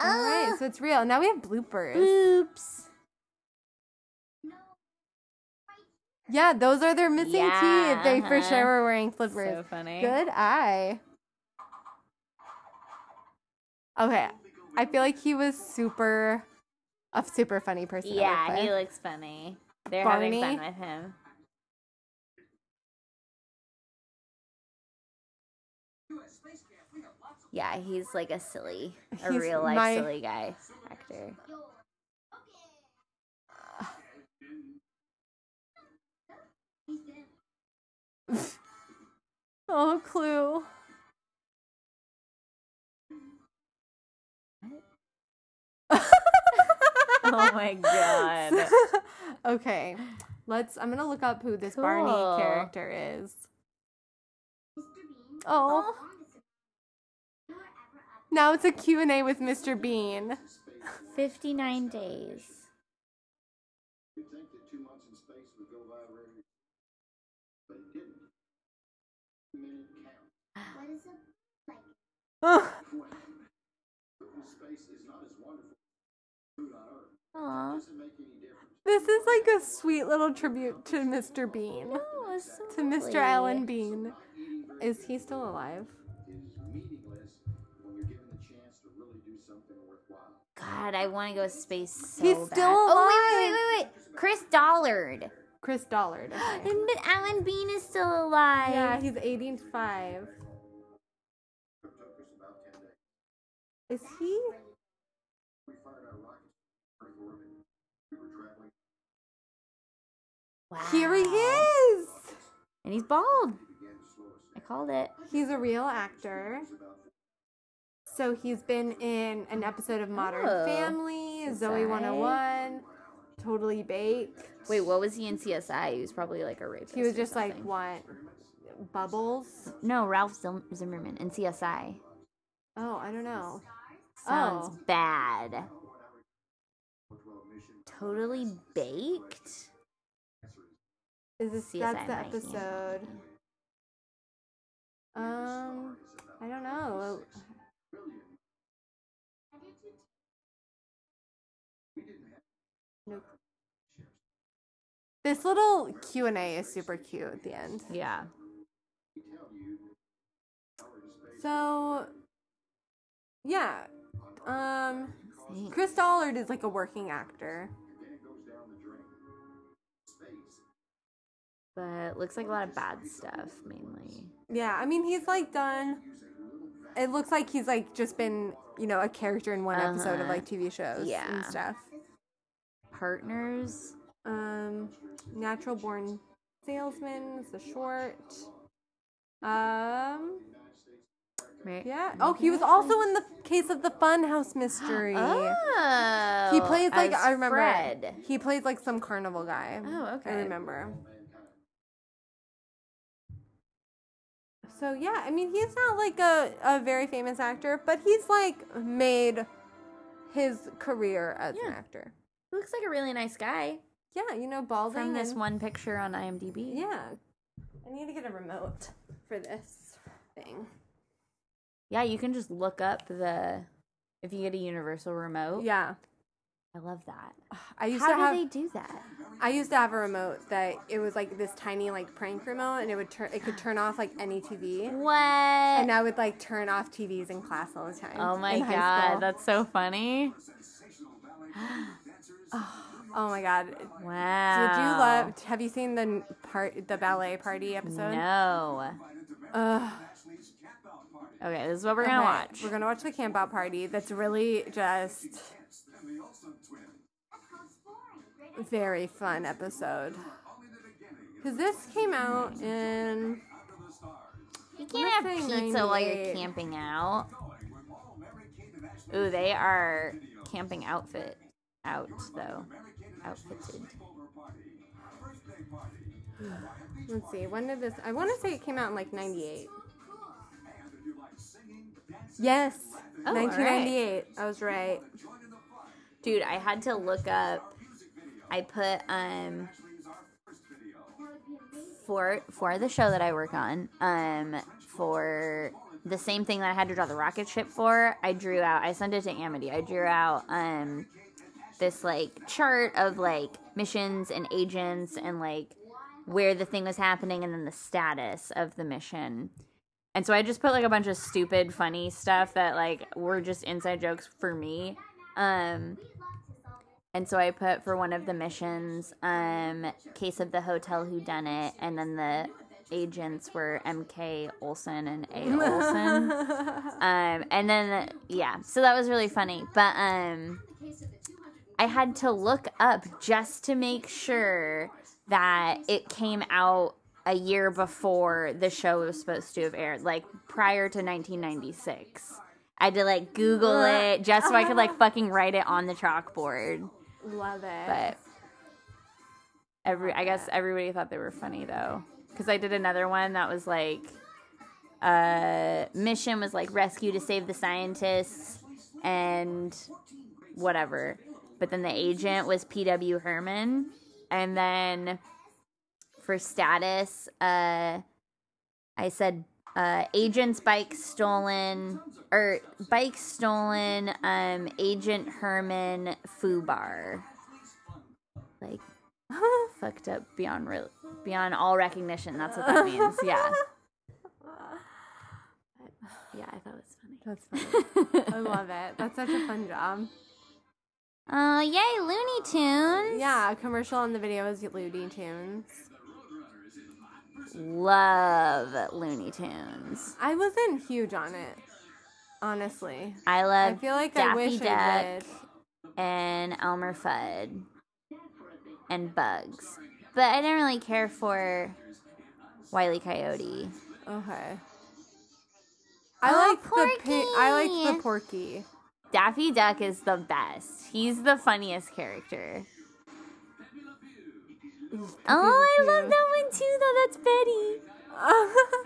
C: Ah.
B: right, so it's real. Now we have bloopers.
C: Oops.
B: Yeah, those are their missing
C: Yeah,
B: teeth. They for
C: uh-huh.
B: sure were wearing flippers.
C: So funny.
B: Good eye. Okay. I feel like he was super a super funny person. to work
C: Yeah, he
B: with.
C: looks funny. They're having
B: Barney?
C: fun with him.
D: U.S. space camp. We got lots of.
C: Yeah, he's like a silly, a
B: He's
C: real life
B: my-
C: silly guy actor.
B: Oh clue.
C: Oh my god.
B: okay. Let's I'm gonna look up who this Barney
C: Cool.
B: character is.
E: Oh.
B: Oh.
C: Oh.
B: Now it's a Q&A with Mr. Bean.
C: 59 days.
F: You'd think that two months in space would go by very, but it didn't. A minute count.
E: What is it like?
F: But space is not as wonderful as food on Earth.
C: Aw.
F: Doesn't make any difference.
B: This is like a sweet little tribute to Mr. Bean.
C: Oh, it's so
B: To Mr.
C: lovely.
B: Alan Bean. Is he still alive?
F: Is meaningless when you're given the chance to really do something worthwhile.
C: God, I want to go space so
B: He's
C: bad.
B: still
C: Oh, wait, wait, wait, wait, wait. Chris Dollard.
B: Chris Dollard. Okay.
C: And but Alan Bean is still alive.
B: Yeah, he's 85.
F: It took us about 10 days.
B: Is he?
F: We fired our rockets to Earth orbit. We were traveling
C: wow.
B: Here he is!
C: And he's bald.
F: again to slow us
C: I called it.
B: He's a real actor. So he's been in an episode of Modern
C: Oh.
B: Family,
C: Is
B: Zoe
C: that
B: 101, Totally Baked.
C: Wait, what was he in CSI? He was probably like a rapist.
B: He was
C: or
B: just like,
C: something.
B: what? Bubbles?
C: No, Ralph Zim- Zimmerman in CSI.
B: Oh, I don't know.
C: Sounds
B: Oh.
C: bad. Totally baked?
B: Is this
C: CSI
B: that's the
C: might be in that
B: episode?
C: movie.
B: Um, I don't know. Nope. This little Q and A is super cute at the end.
C: Yeah.
B: So, yeah, um, Chris Dollard is like a working actor.
F: Then it goes down the drain. Space
C: But looks like a lot of bad stuff mainly.
B: Yeah, I mean he's like done. It looks like he's like just been you know a character in one episode of
C: Uh-huh.
B: like TV shows
C: Yeah.
B: and stuff.
C: Partners.
B: Um, Natural Born Salesman is the short. Um,
C: Right?
B: yeah. Oh, he was also in the case of the Funhouse mystery.
C: Oh,
B: He plays like
C: as
B: I remember.
C: Fred.
B: He plays like some carnival guy.
C: Oh,
B: I
C: okay.
B: remember. So yeah, I mean he's not like a, a very famous actor, but he's like made his career as
C: Yeah.
B: an actor.
C: He looks like a really nice guy
B: Yeah, you know, balding.
C: from this
B: and-
C: one picture on IMDb.
B: Yeah. I need to get a remote for this thing.
C: Yeah, you can just look up the if you get a universal remote.
B: Yeah.
C: I love that.
B: I used
C: How
B: to
C: do
B: have
C: they do that?
B: I used to have a remote that it was like this tiny like prank remote and it would turn it could turn off like any TV.
C: What?
B: And I would like turn off TVs in class all the time.
C: oh my
B: in high
C: god,
B: school.
C: that's so funny.
B: Oh my god.
C: Wow.
B: Did you love have you seen the n- part the ballet party episode?
C: No.
B: Ugh.
C: Okay, this is what we're gonna
B: Okay,
C: watch.
B: We're gonna watch the camp out party that's really just very fun episode. Cause this came out in
C: you
B: I'm
C: can't
B: gonna
C: have
B: say
C: pizza while
B: 98.
C: you're camping out. Ooh, they are camping outfit out though. Outfitted.
B: let's see, when did this I wanna say it came out in like ninety eight. Yes.
C: Oh, all right.
B: nineteen ninety eight. I was right.
C: Dude, I had to look up. I put um for for the show that I work on um for the same thing that I had to draw the rocket ship for. I drew out. I sent it to Amity. I drew out um this like chart of like missions and agents and like where the thing was happening and then the status of the mission. And so I just put like a bunch of stupid funny stuff that like were just inside jokes for me. Um and so I put for one of the missions, um, case of the hotel who done it, and then the agents were MK Olson and A Olson. um, and then yeah, so that was really funny. But um, I had to look up just to make sure that it came out a year before the show was supposed to have aired, like prior to 1996. I had to like Google it just so I could like fucking write it on the chalkboard.
B: Love it.
C: But every, I guess everybody thought they were funny though, because I did another one that was like, uh, mission was like rescue to save the scientists and whatever. But then the agent was P.W. Herman, and then for status, uh, I said uh, agent's bike stolen or bike stolen. Um, agent Herman Fubar, like fucked up beyond re- beyond all recognition. That's what that means. Yeah. But, Yeah, I thought it was funny.
B: that's funny. I love it. That's such a fun job.
C: Uh, yay, Looney Tunes!
B: Yeah, a commercial on the video is Looney Tunes.
C: Love Looney Tunes.
B: I wasn't huge on it, honestly.
C: I love
B: I feel like
C: Daffy
B: I wish
C: Duck
B: I did.
C: and Elmer Fudd and Bugs. But I didn't really care for Wiley Coyote.
B: Okay.
C: Oh,
B: I like the pi- I like the
C: Porky.
B: Porky.
C: Daffy Duck is the best. He's the funniest character. Oh, I love that one too, though. That's Betty.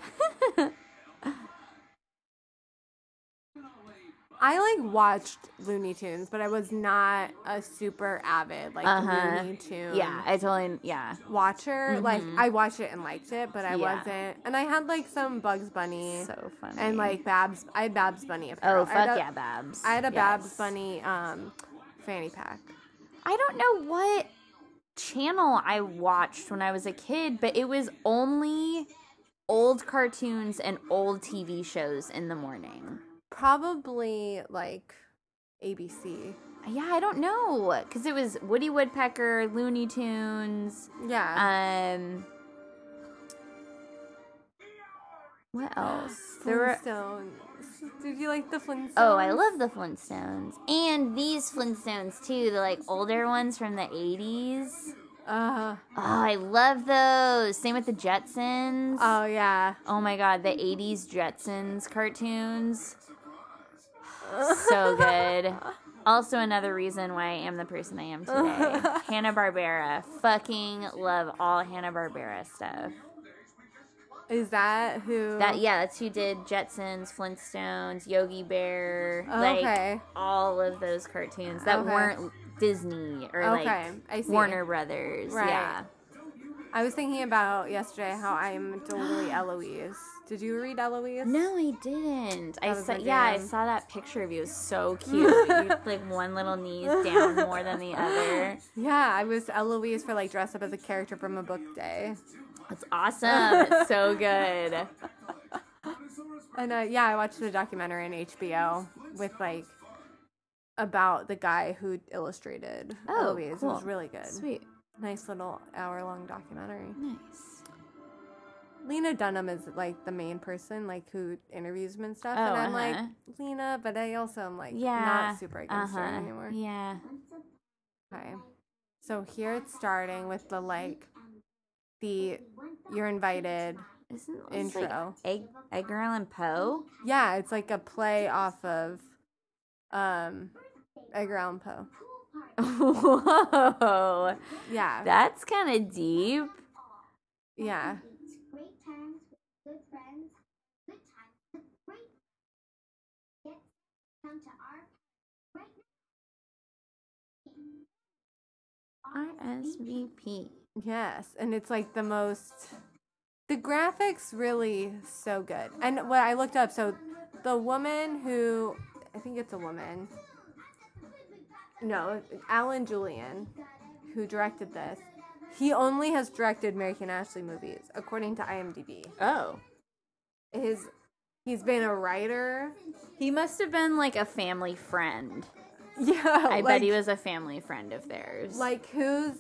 B: I like watched Looney Tunes, but I was not a super avid like
C: Uh-huh.
B: Looney Tunes
C: yeah, I totally. Yeah.
B: watcher. Like I watched it and liked it, but I
C: Yeah.
B: wasn't. And I had like some Bugs Bunny
C: So funny.
B: and like Babs. I had Babs Bunny apparel. I
C: Oh,
B: had
C: fuck
B: a-
C: yeah, Babs.
B: I had a Babs
C: Yes.
B: Bunny um, fanny pack.
C: I don't know what channel I watched when I was a kid, but it was only old cartoons and old TV shows in the morning.
B: Probably like ABC.
C: Yeah, I don't Uh, know cuz it was Woody Woodpecker, Looney Tunes,
B: Yeah.
C: um What else? There were
B: Flintstones. Did you like the Flintstones?
C: Oh, I love the Flintstones. And these Flintstones too, the like older ones from the 80s.
B: Uh,
C: Oh, I love those. Same with the Jetsons.
B: oh yeah.
C: oh my god, the 80s Jetsons cartoons. So good. Also another reason why I am the person I am today. Hanna-Barbera. Fucking love all Hanna-Barbera stuff.
B: Is that who?
C: That yeah, that's who did Jetsons, Flintstones, Yogi Bear, like
B: Oh, Okay.
C: all of those cartoons that
B: Okay.
C: weren't Disney or
B: Okay, I
C: like
B: see.
C: Warner Brothers.
B: Right.
C: Yeah.
B: I was thinking about yesterday how I'm totally Eloise. Did you read Eloise?
C: No, I didn't. I
B: That was
C: saw,
B: my
C: yeah, I
B: jam.
C: saw that picture of you. It was so cute. you, had, like one little knee's down more than the other.
B: Yeah, I was Eloise for like dress up as a character from a book day.
C: It's awesome. It's so good.
B: Oh, And uh, yeah, I watched a documentary on HBO with like about the guy who illustrated
C: Oh,
B: Eloise. It was
C: cool.
B: really good.
C: Sweet.
B: Nice little hour long documentary.
C: Nice.
B: Lena Dunham is like the main person, like who interviews him and stuff.
C: Oh,
B: and I'm
C: uh-huh.
B: like Lena, but I also am like
C: Yeah.
B: not super against her
C: Uh-huh.
B: anymore.
C: Yeah.
B: Okay. So here it's starting with the like the you're invited.
C: Isn't this
B: Intro.
C: like Egg, Edgar Allan Poe?
B: Yeah, it's like a play off of um Edgar Allan Poe. Mm-hmm.
C: Whoa.
B: Yeah.
C: That's kind of deep.
B: yeah.
E: Great times with good friends. Good times with great. Yes, come to our right now.
C: RSVP.
B: Yes, and it's like the most the graphics really so good. And what I looked up, so the woman who I think it's a woman. No, Alan Julian, who directed this, he only has directed Mary Kay and Ashley movies, according to IMDb.
C: Oh.
B: His he's been a writer.
C: He must have been like a family friend.
B: Yeah,
C: I
B: Oh, like,
C: bet he was a family friend of theirs.
B: like who's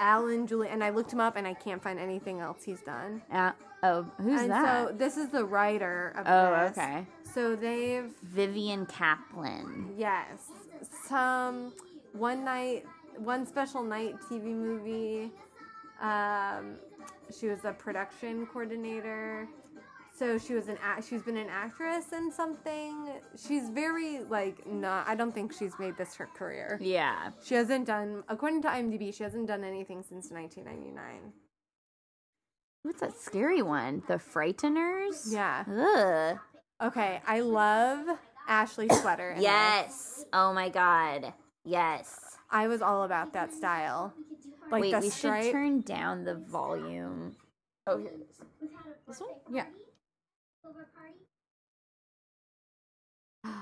B: Alan Julian? And I looked him up, and I can't find anything else he's done.
C: Uh, oh, who's
B: and
C: that?
B: so this is the writer of
C: oh,
B: this.
C: okay.
B: So they've
C: Vivian Kaplan.
B: yes, some one night, one special night TV movie. Um, she was a production coordinator. So she was an act. She's been an actress in something. She's very like not. I don't think she's made this her career.
C: Yeah.
B: She hasn't done, according to IMDb, she hasn't done anything since 1999.
C: What's that scary one? The Frighteners?
B: Yeah.
C: Ugh.
B: Okay, I love Ashley's sweater. in this.
C: Yes. Oh my god. Yes.
B: I was all about that style. Like
C: Wait,
B: the
C: we should
B: stripe.
C: turn down the volume. Oh, here it is. This one? Yeah.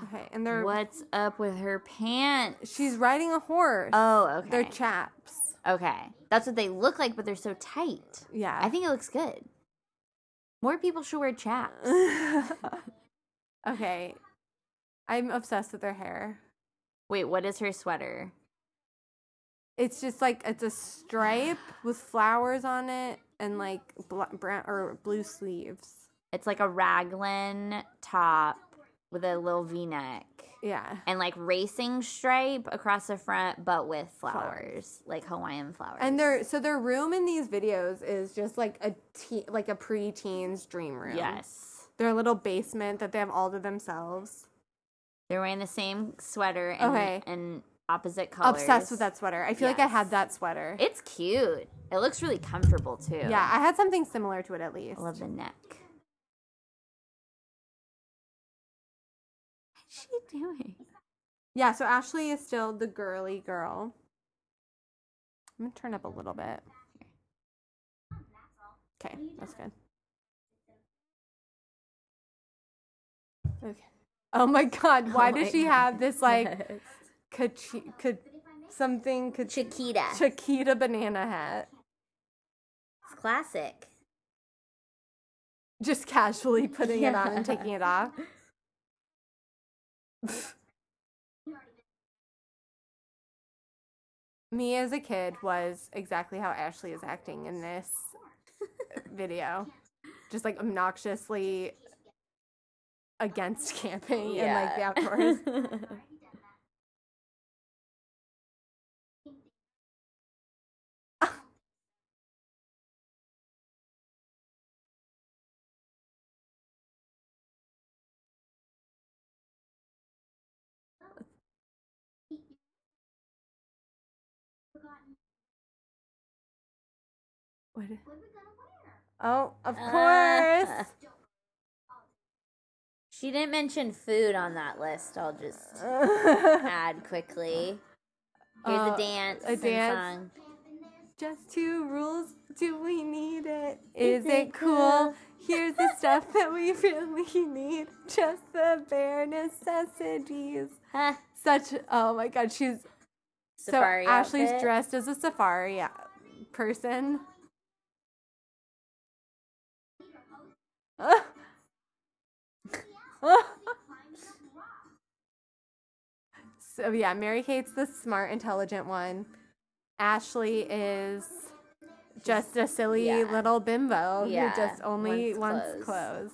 B: okay, and they're
C: What's up with her pants?
B: she's riding a horse.
C: Oh, okay.
B: They're chaps.
C: okay. That's what they look like, but they're so tight.
B: Yeah.
C: I think it looks good. More people should wear chaps.
B: okay. I'm obsessed with her hair.
C: Wait, what is her sweater?
B: It's just like it's a stripe with flowers on it and like bla brown or blue sleeves.
C: It's like a raglan top with a little V neck
B: Yeah.
C: and like racing stripe across the front, but with flowers, like Hawaiian flowers.
B: And their so their room in these videos is just like a teen, like a pre-teens dream room.
C: yes,
B: their little basement that they have all to themselves.
C: they're wearing the same sweater and,
B: Okay.
C: and opposite colors.
B: Obsessed with that sweater. I feel like I
C: Yes.
B: had that sweater.
C: It's cute. It looks really comfortable too.
B: yeah, I had something similar to it at least.
C: I love the neck. What's she doing?
B: Yeah, so Ashley is still the girly girl. I'm gonna turn up a little bit. Okay, that's good. Okay. Oh my god, why
C: my
B: does she have this like
C: Yes.
B: kachi- ka- something ka-
C: Chiquita.
B: Chiquita banana hat?
C: It's classic.
B: Just casually putting it on and
C: Yeah.
B: taking it off. Me as a kid was exactly how Ashley is acting in this video. just like obnoxiously against camping and like the
C: Yeah.
B: outdoors.
E: already done that. Forgotten
B: What-
E: what we're gonna wear.
B: Oh, of
C: Ah.
B: course.
C: she didn't mention food on that list. I'll just add quickly. Here's
B: Uh,
C: a dance.
B: a
C: and
B: dance.
C: song.
B: Just two rules. Do we need it? Is it cool? Here's the stuff that we really need. Just the bare necessities.
C: Huh.
B: Such. Oh my God, she's
C: Safari
B: so. Ashley's
C: outfit.
B: dressed as a safari uh, person. Ugh. Ugh. so yeah, Mary Kate's the smart, intelligent one. Ashley is just a silly
C: Yeah.
B: little bimbo
C: Yeah,
B: who just only wants
C: wants
B: clothes.
C: clothes.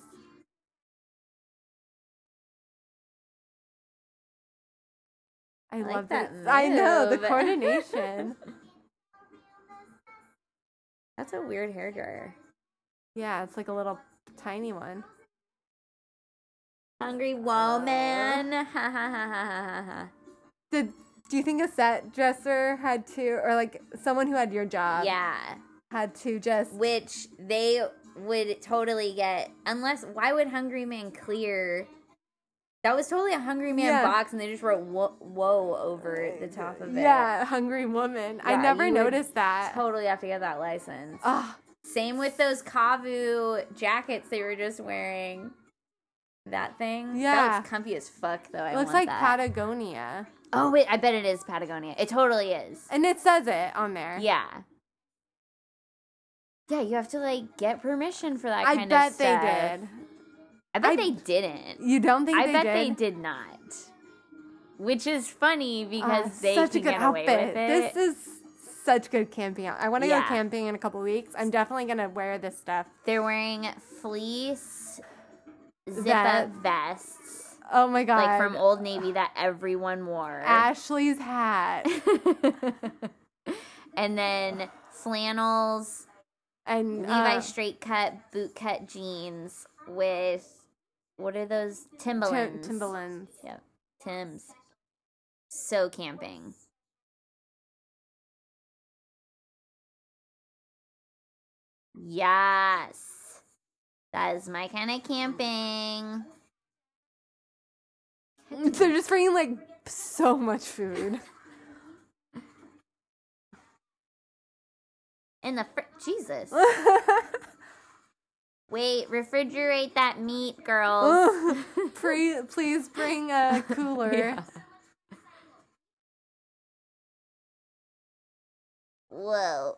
B: I,
C: like
B: love that.
C: that
B: I know the
C: move.
B: coordination.
C: That's a weird hair dryer.
B: yeah, it's like a little tiny one.
C: Hungry woman.
B: Uh.
C: Ha ha ha ha ha ha.
B: Did do you think a set dresser had to, or like someone who had your job,
C: yeah.
B: had to just
C: Which they would totally get unless why would Hungry Man clear? That was totally a Hungry Man
B: Yeah.
C: box, and they just wrote "wo- "whoa" over the top of it.
B: yeah, hungry woman. I
C: Yeah,
B: never
C: you would
B: noticed that.
C: totally have to get that license.
B: Ugh.
C: Same with those Kavu jackets they were just wearing. That thing,
B: Yeah.
C: that looks comfy as fuck though. I
B: It looks
C: want
B: like
C: that.
B: Patagonia.
C: Oh wait, I bet it is Patagonia. It totally is.
B: And it says it on there.
C: Yeah. Yeah, you have to like get permission for that
B: I
C: kind
B: bet
C: of
B: they
C: stuff.
B: did.
C: I bet
B: I-
C: they didn't.
B: You don't think
C: I
B: they
C: bet
B: did?
C: they did not. Which is funny because
B: Ah,
C: they can get away with it.
B: This is such good camping out. I want to go
C: Yeah.
B: camping in a couple weeks. I'm definitely gonna wear this stuff.
C: They're wearing fleece zip
B: That-
C: up vests.
B: Oh my god!
C: Like from Old Navy that everyone wore.
B: Ashley's hat
C: and then flannels,
B: and
C: Levi
B: uh,
C: straight cut, boot cut jeans with what are those?
B: uh, Tim-
C: Timberlands.
B: Timberlands.
C: Yep. Tim's. So camping. Yes. That is my kind of camping.
B: They're just bringing like so much food.
C: In the fr- Jesus. Wait, refrigerate that meat,
B: Oh,
C: girls.
B: Pre- please bring a cooler.
C: Yeah. Whoa.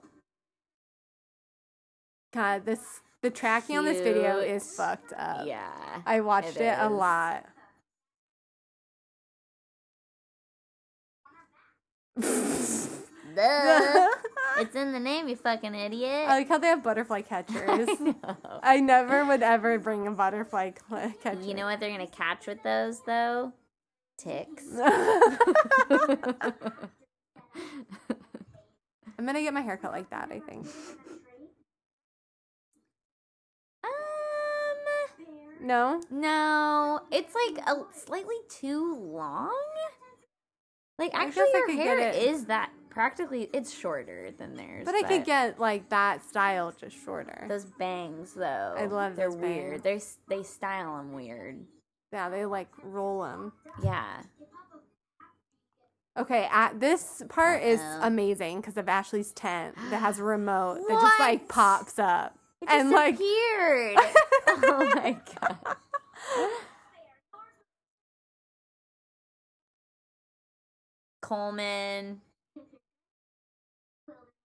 B: God, this the tracking on this video
C: Cute.
B: is fucked up.
C: Yeah.
B: I watched it,
C: It
B: a
C: is.
B: lot.
C: Duh.
B: I
C: it's in the name, you fucking idiot.
B: like how they have butterfly catchers.
C: I know.
B: I never would ever bring a butterfly cl- catcher.
C: You know what they're gonna catch with those though? Ticks.
B: I'm gonna get my haircut like that. I think.
C: um,
B: No.
C: no, it's like a slightly too long. Like
B: I guess
C: actually,
B: I
C: your
B: could get
C: hair
B: it-
C: is that practically it's shorter than theirs.
B: But I could get like that style just shorter.
C: those bangs though.
B: I love
C: They're
B: those bangs.
C: weird. They they style them weird.
B: Yeah, they like roll them.
C: Yeah.
B: Okay, at this part is
C: Uh-oh.
B: amazing because of Ashley's tent that has a remote that just like
C: What?
B: pops up
C: It
B: and like
C: disappeared. oh my god. Coleman.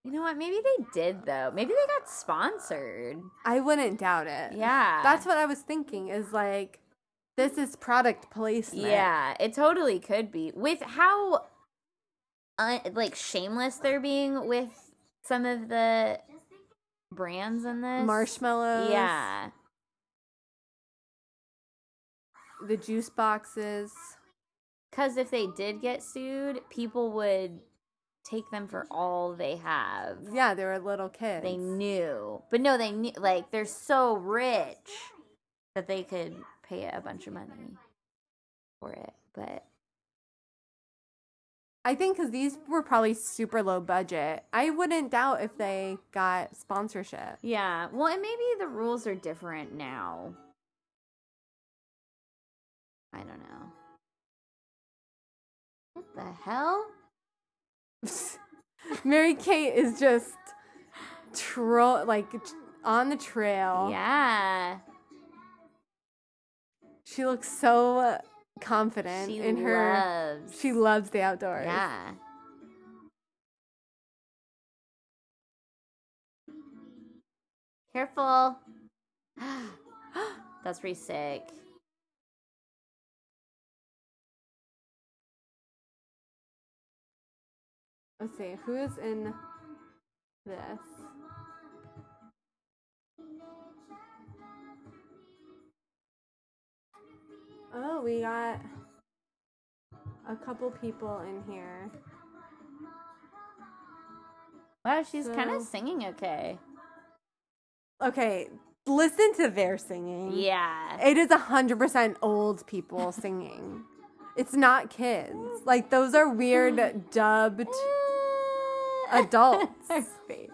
C: You know what? Maybe they did though. Maybe they got sponsored.
B: I wouldn't doubt it.
C: Yeah.
B: that's what I was thinking. Is like this is product placement.
C: Yeah, it totally could be. With how uh, like shameless they're being with some of the brands in this.
B: marshmallows.
C: Yeah.
B: the juice boxes.
C: Because if they did get sued, people would take them for all they have.
B: Yeah, they were little kids.
C: They knew. But no, they knew. Like, they're so rich that they could pay a bunch of money for it. But
B: I think because these were probably super low budget. I wouldn't doubt if they got sponsorship.
C: yeah. Well, and maybe the rules are different now. I don't know. What the hell?
B: Mary Kate is just troll like t- on the trail.
C: Yeah.
B: She looks so confident
C: She
B: in her.
C: loves.
B: She loves the outdoors.
C: Yeah. Careful. That's pretty sick.
B: Let's see who is in this. Oh, we got a couple people in here.
C: Wow, she's kind of
B: So-
C: singing okay.
B: Okay, listen to their singing.
C: Yeah.
B: It is 100% old people singing. It's not kids. Like, those are weird, dubbed adults.
C: Eh. Her face.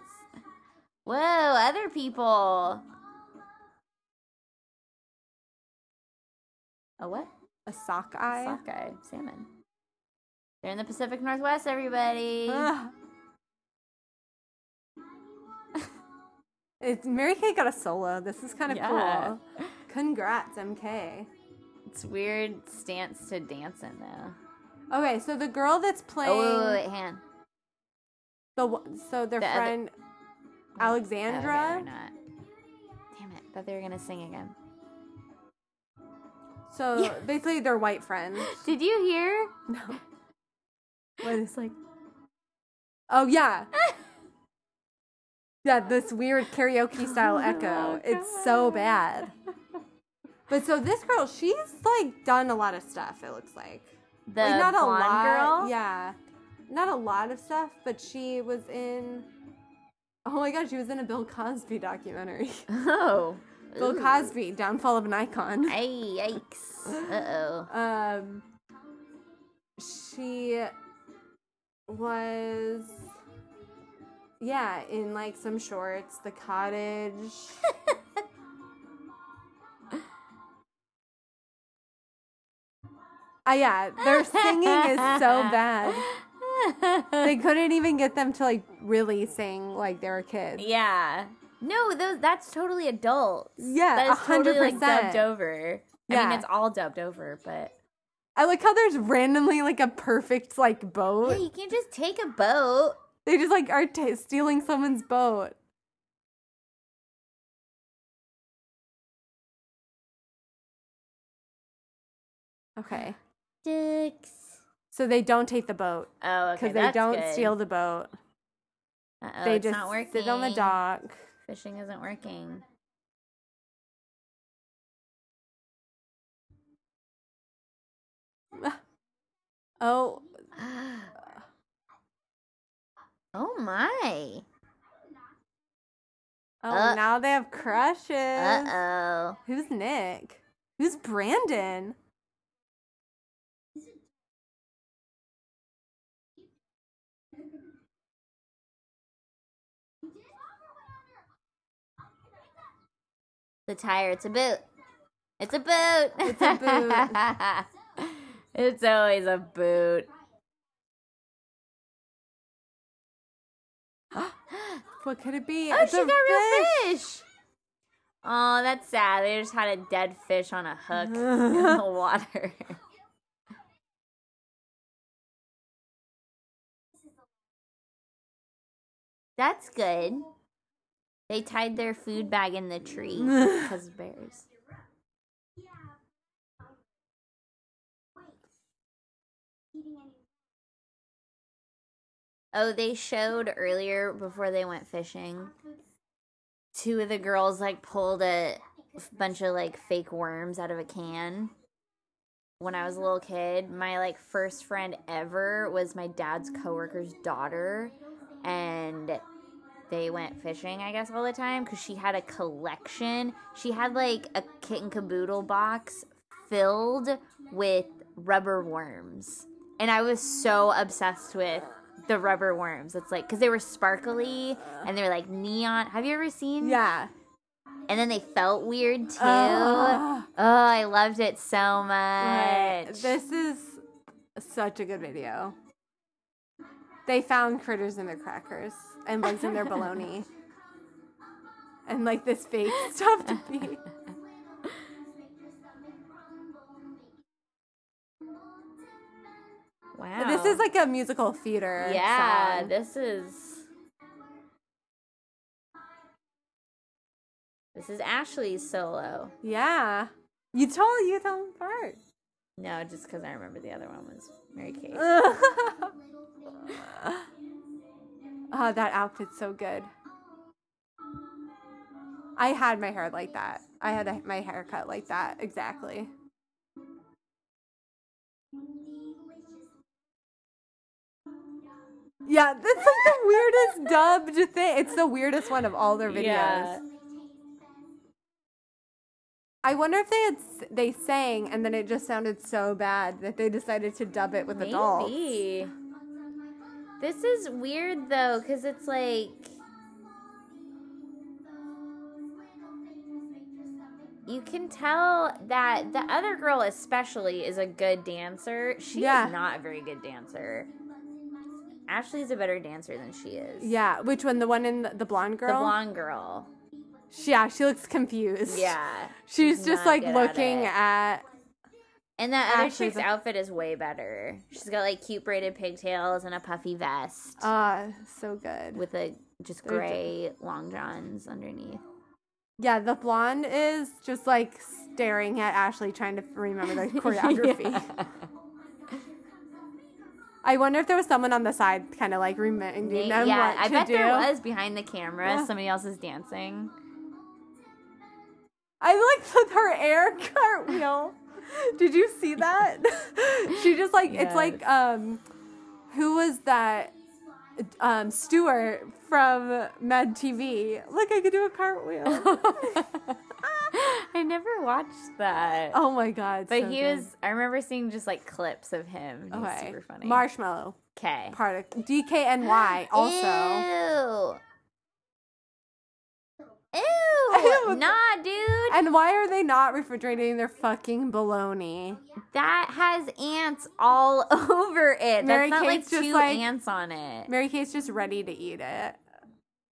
C: Whoa, other people. A what?
B: A sockeye.
C: Sockeye salmon. They're in the Pacific Northwest, everybody.
B: Ugh. it's, Mary Kay got a solo. This is kind of
C: Yeah.
B: cool. Congrats, MK.
C: It's weird stance to dance in though.
B: Okay, so the girl that's playing
C: Oh wait, wait, wait, hand.
B: the one- so their
C: The other-
B: friend Alexandra.
C: Oh, not. Damn it! Thought they were gonna sing again.
B: so basically, their white friend.
C: Did you hear?
B: No. What is
C: It's like
B: Oh yeah. yeah, this weird karaoke style echo.
C: Oh,
B: It's so
C: God.
B: bad. But so this girl, she's like done a lot of stuff, it looks like.
C: the
B: like not a
C: blonde
B: lot.
C: girl.
B: Yeah. Not a lot of stuff, but she was in Oh my god, she was in a Bill Cosby documentary.
C: Oh.
B: Bill
C: Ooh.
B: Cosby, Downfall of an Icon.
C: Ay, yikes. Uh oh.
B: Um she was yeah, in like some shorts, the cottage. Ah, yeah, their singing is so bad. They couldn't even get them to like really sing like they were kids.
C: yeah. No, those that's totally adults.
B: Yeah,
C: that is totally like
B: 100%.
C: dubbed over. I
B: Yeah.
C: mean, it's all dubbed over, but
B: I like how there's randomly like a perfect like
C: yeah,
B: boat.
C: you can't just take a boat.
B: They just like are t- stealing someone's boat. Okay.
C: Dicks.
B: So they don't take the boat
C: Oh, okay.
B: because they don't steal the boat.
C: Uh-oh,
B: they
C: it's
B: just
C: not working.
B: sit on the dock.
C: Fishing isn't working.
B: Oh,
C: oh my.
B: oh!
C: Uh.
B: now they have crushes.
C: Uh oh.
B: Who's Nick? Who's Brandon?
C: The tire. It's a boot. It's a boot.
B: It's a
C: boot. it's always a boot.
B: What could it be?
C: Oh,
B: It's
C: she
B: a
C: got real fish. Oh, that's sad. They just had a dead fish on a hook in the water. That's good. They tied their food bag in the tree because of bears. Oh, they showed earlier before they went fishing. Two of the girls like pulled a bunch of like fake worms out of a can when I was a little kid, my like first friend ever was my dad's coworker's daughter, and they went fishing, I guess, all the time because she had a collection. She had like a kit and caboodle box filled with rubber worms, and I was so obsessed with the rubber worms. It's like because they were sparkly and they were like neon. Have you ever seen?
B: Yeah.
C: And then they felt weird too.
B: Ugh.
C: Oh, I loved it so
B: Ah. Right.
C: much.
B: This is such a good video. They found critters in their crackers and bugs in their bologna. And like this fake stuff to be.
C: wow.
B: This is like a musical theater.
C: yeah.
B: song.
C: This is this is Ashley's solo.
B: yeah. You told you them apart.
C: No, just because I remember the other one was Mary Kate.
B: oh, that outfit's so good. I had my hair like that. I had a, my haircut like that exactly. Yeah, that's like the weirdest dubbed thing. It's the weirdest one of all their videos.
C: Yeah.
B: I wonder if they had s- they sang and then it just sounded so bad that they decided to dub it with adults.
C: Maybe. This is weird though, because it's like. You can tell that the other girl, especially, is a good dancer. She's
B: Yeah.
C: not a very good dancer. Ashley's a better dancer than she is.
B: Yeah, which one? The one in the, the blonde girl?
C: The blonde girl.
B: She, yeah, she looks confused.
C: Yeah.
B: She's,
C: she's
B: just
C: not
B: like
C: good at
B: looking
C: it.
B: at,
C: And that other
B: Ashley's
C: chick's
B: a-
C: outfit is way better. She's got like cute braided pigtails and a puffy vest.
B: ah, so good.
C: with a just
B: They're
C: gray long johns underneath.
B: yeah, the blonde is just like staring at Ashley, trying to remember the choreography.
C: Yeah.
B: I wonder if there was someone on the side, kind of like reminding
C: They-
B: them
C: yeah,
B: what
C: I
B: to
C: bet
B: do.
C: there was behind the camera.
B: Yeah.
C: Somebody else is dancing.
B: I like the, her air cartwheel. Did you see that? she just like it's like
C: Yes.
B: um, who was that? Um, Stuart from Med TV. Look, I could do a cartwheel.
C: I never watched that.
B: oh my god!
C: but
B: so
C: he
B: good.
C: was. I remember seeing just like clips of him. and He's
B: okay.
C: super funny.
B: Marshmallow
C: Okay.
B: part of DKNY also.
C: Ew.
B: Ew.
C: Ew. Nah, dude.
B: And why are they not refrigerating their fucking bologna?
C: That has ants all over it.
B: Mary
C: That's not
B: Kate's
C: like
B: just
C: two
B: like-
C: ants on it.
B: Mary Kate's just ready to eat it.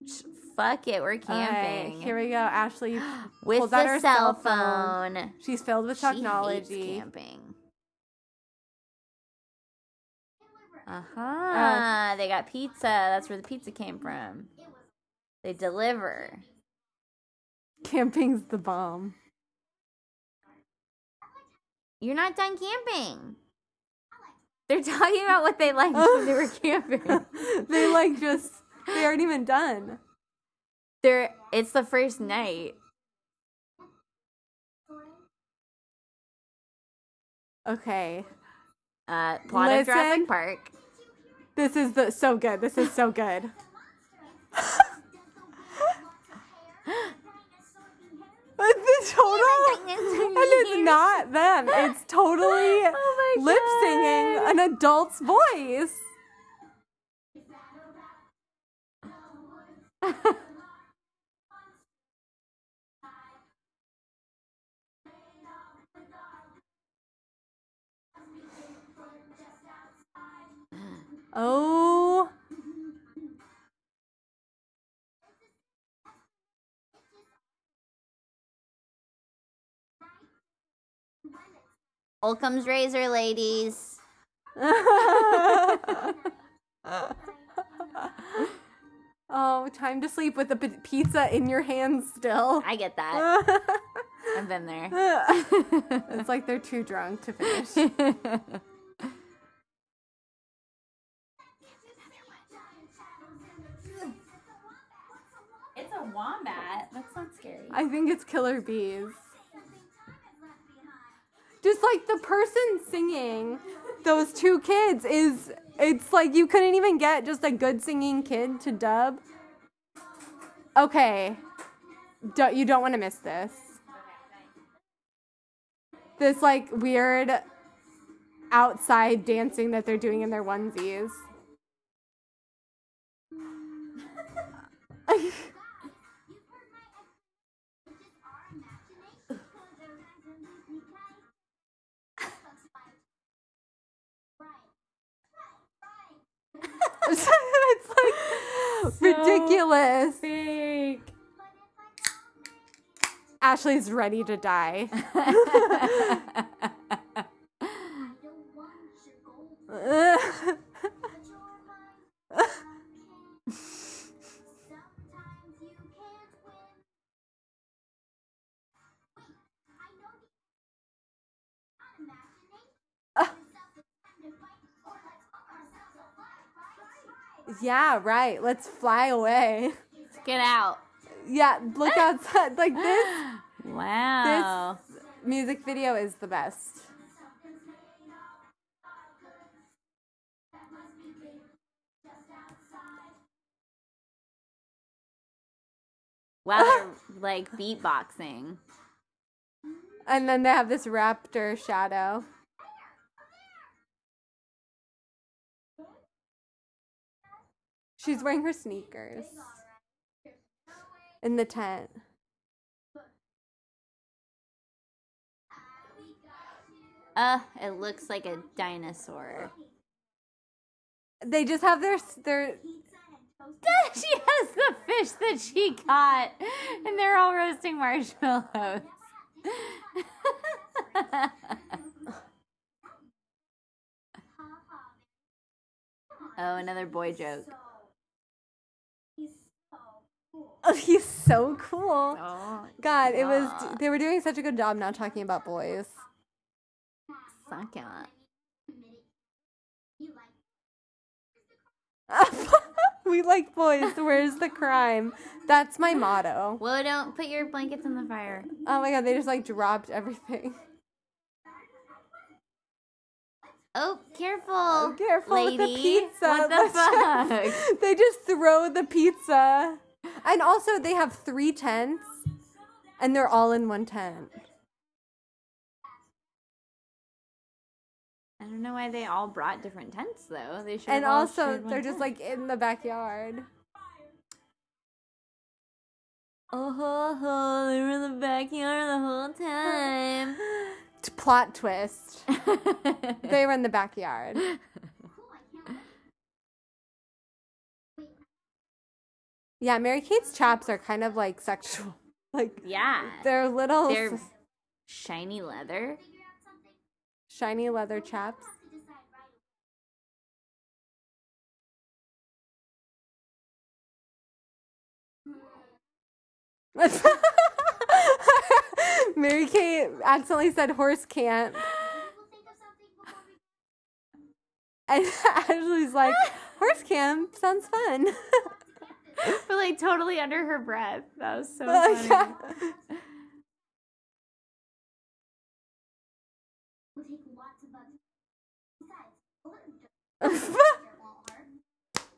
C: Sh- Fuck it, we're
B: All right,
C: camping
B: here we go. Ashley
C: with
B: pulls out
C: the
B: her
C: cell
B: phone.
C: phone.
B: She's filled with
C: She hates
B: technology.
C: camping. Uh-huh. Uh They got pizza. That's where the pizza came from. They deliver.
B: Camping's the bomb.
C: You're not done camping. They're talking about what they liked when they were camping.
B: they like just they aren't even done.
C: They're it's the first night.
B: Okay.
C: Uh, plot of
B: Listen.
C: Jurassic Park.
B: This is the so good. This is so good. But the total and it's not them. It's totally
C: Oh my
B: lip singing an adult's voice. Oh.
C: Occam's razor, ladies.
B: oh, time to sleep with the p- pizza in your hand still.
C: I get that.
B: it's
C: I've been there.
B: like they're too drunk to finish.
C: It's a wombat. That's not scary.
B: I think it's killer bees. Just like the person singing those two kids is, it's like you couldn't even get just a good singing kid to dub. Okay. Don't, you don't want to miss this. This like weird outside dancing that they're doing in their onesies.
E: You've heard my explanation. It's just our imagination. Because our imagination, guys. That's fine. Right. Right. Right.
B: it's like ridiculous.
C: Fake.
E: But if I don't make it,
B: Ashley's ready to die.
E: I don't want your gold, but you're mine. Okay. Sometimes you can't win. Wait, I know the not imagination. It's up to time to fight, or let's fuck ourselves alive, right? Right.
B: yeah, right. Let's fly away.
C: Get out.
B: Yeah, look outside. Like this
C: Wow.
B: music video is the best.
C: Wow, they're like beatboxing.
B: And then they have this raptor shadow. She's wearing her sneakers in the tent.
C: Uh, it looks like a dinosaur.
B: They just have their s- their
C: she has the fish that she caught, and they're all roasting marshmallows. oh, another boy joke.
B: Oh, he's so cool.
C: Oh,
B: God, it was
C: God.
B: they were doing such a good job not talking about boys.
C: succulent.
E: You like
B: we like boys. Where's the crime? That's my motto.
C: Well, don't put your blankets in the fire.
B: Oh my god, they just like dropped everything.
C: Oh, careful.
B: Careful
C: lady.
B: with the pizza.
C: What
B: Let's
C: the fuck?
B: just- they just throw the pizza. And also they have three tents and they're all in one tent.
C: I don't know why they all brought different tents though. They should.
B: and
C: have all
B: also
C: shared one
B: they're just
C: tent.
B: like in the backyard.
C: oh, ho, ho, they were in the backyard the whole time.
B: T- Plot twist. They were in the backyard.
E: cool, I can't wait.
B: Yeah, Mary Kate's chaps are kind of like sexual. Like
C: yeah,
B: they're little
C: they're
B: s-
C: shiny leather.
E: Figure out something.
B: shiny leather chaps.
E: Have to decide right away.
B: Mary Kate accidentally said horse camp,
E: We will think of something before we
B: and Ashley's like, "Horse camp sounds fun."
C: but like totally under her breath. That was so funny.
B: Yeah.
E: will take lots of bugs. Besides, a little dirt won't hurt.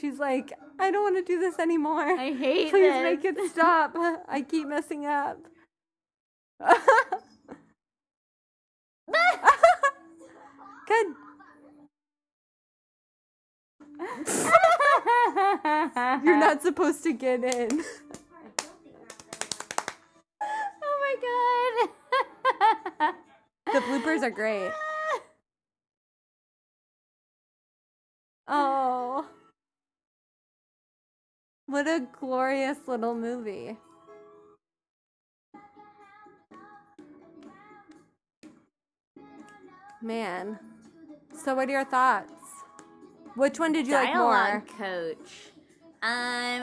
B: She's like, "I don't want to do this anymore.
C: I hate
B: Please
C: this.
B: make it stop. I keep messing up." Good. You're not supposed to get in.
C: Oh my god.
B: The bloopers are great. Oh. What a glorious little movie. Man. So what are your thoughts? Which one did you like more?
C: Dialogue coach. Um,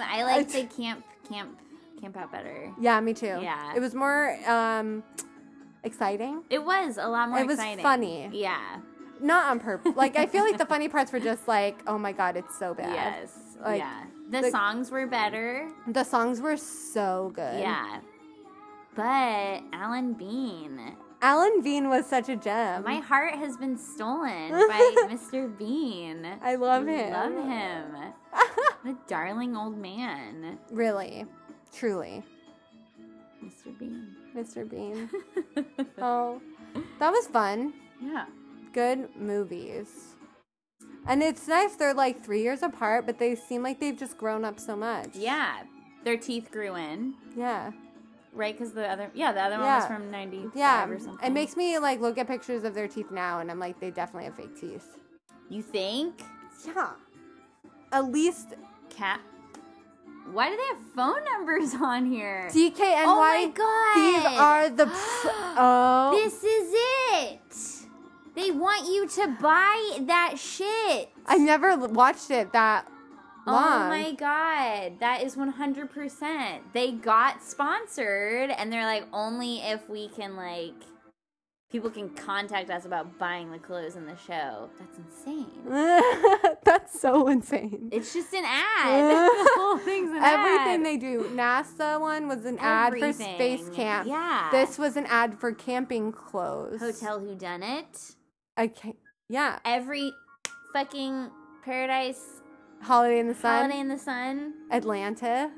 C: I like the
B: t-
C: camp camp camp out better.
B: Yeah, me too.
C: Yeah.
B: It was more um exciting.
C: It was a lot more.
B: It was
C: exciting.
B: funny.
C: Yeah.
B: Not on purpose. Like I feel like the funny parts were just like, oh my god, it's so bad.
C: Yes.
B: Like,
C: yeah. The
B: the-
C: songs were better.
B: The songs were so good.
C: Yeah. But Alan Bean.
B: Alan Bean was such a gem.
C: My heart has been stolen by Mr. Bean.
B: I love him.
C: Love him. what a darling old man,
B: Really, truly,
C: Mr. Bean.
B: Mr. Bean. oh, that was fun.
C: yeah.
B: Good movies. And it's nice they're like three years apart, but they seem like they've just grown up so much.
C: Yeah. Their teeth grew in,
B: Yeah.
C: right? Because the other, yeah, the other one was
B: Yeah.
C: from 95
B: Yeah.
C: or something.
B: It makes me like look at pictures of their teeth now and I'm like, they definitely have fake teeth.
C: You think?
B: Yeah. At least
C: Cat. Why do they have phone numbers on here?
B: DKNY
C: Oh my
B: these
C: god!
B: are the pr- oh
C: This is it. They want you to buy that shit.
B: I never l- watched it that long.
C: Oh my god, that is 100%. They got sponsored and they're like only if we can like people can contact us about buying the clothes in the show. That's insane.
B: That's so insane.
C: It's just an ad. the whole thing's an
B: Everything
C: ad.
B: they do, NASA one was an ad for space
C: Everything.
B: camp.
C: Yeah.
B: This was an ad for camping clothes.
C: Hotel Who Done It.
B: I can't, yeah.
C: Every fucking Paradise
B: Holiday in the Sun.
C: Holiday in the Sun.
B: Atlantis.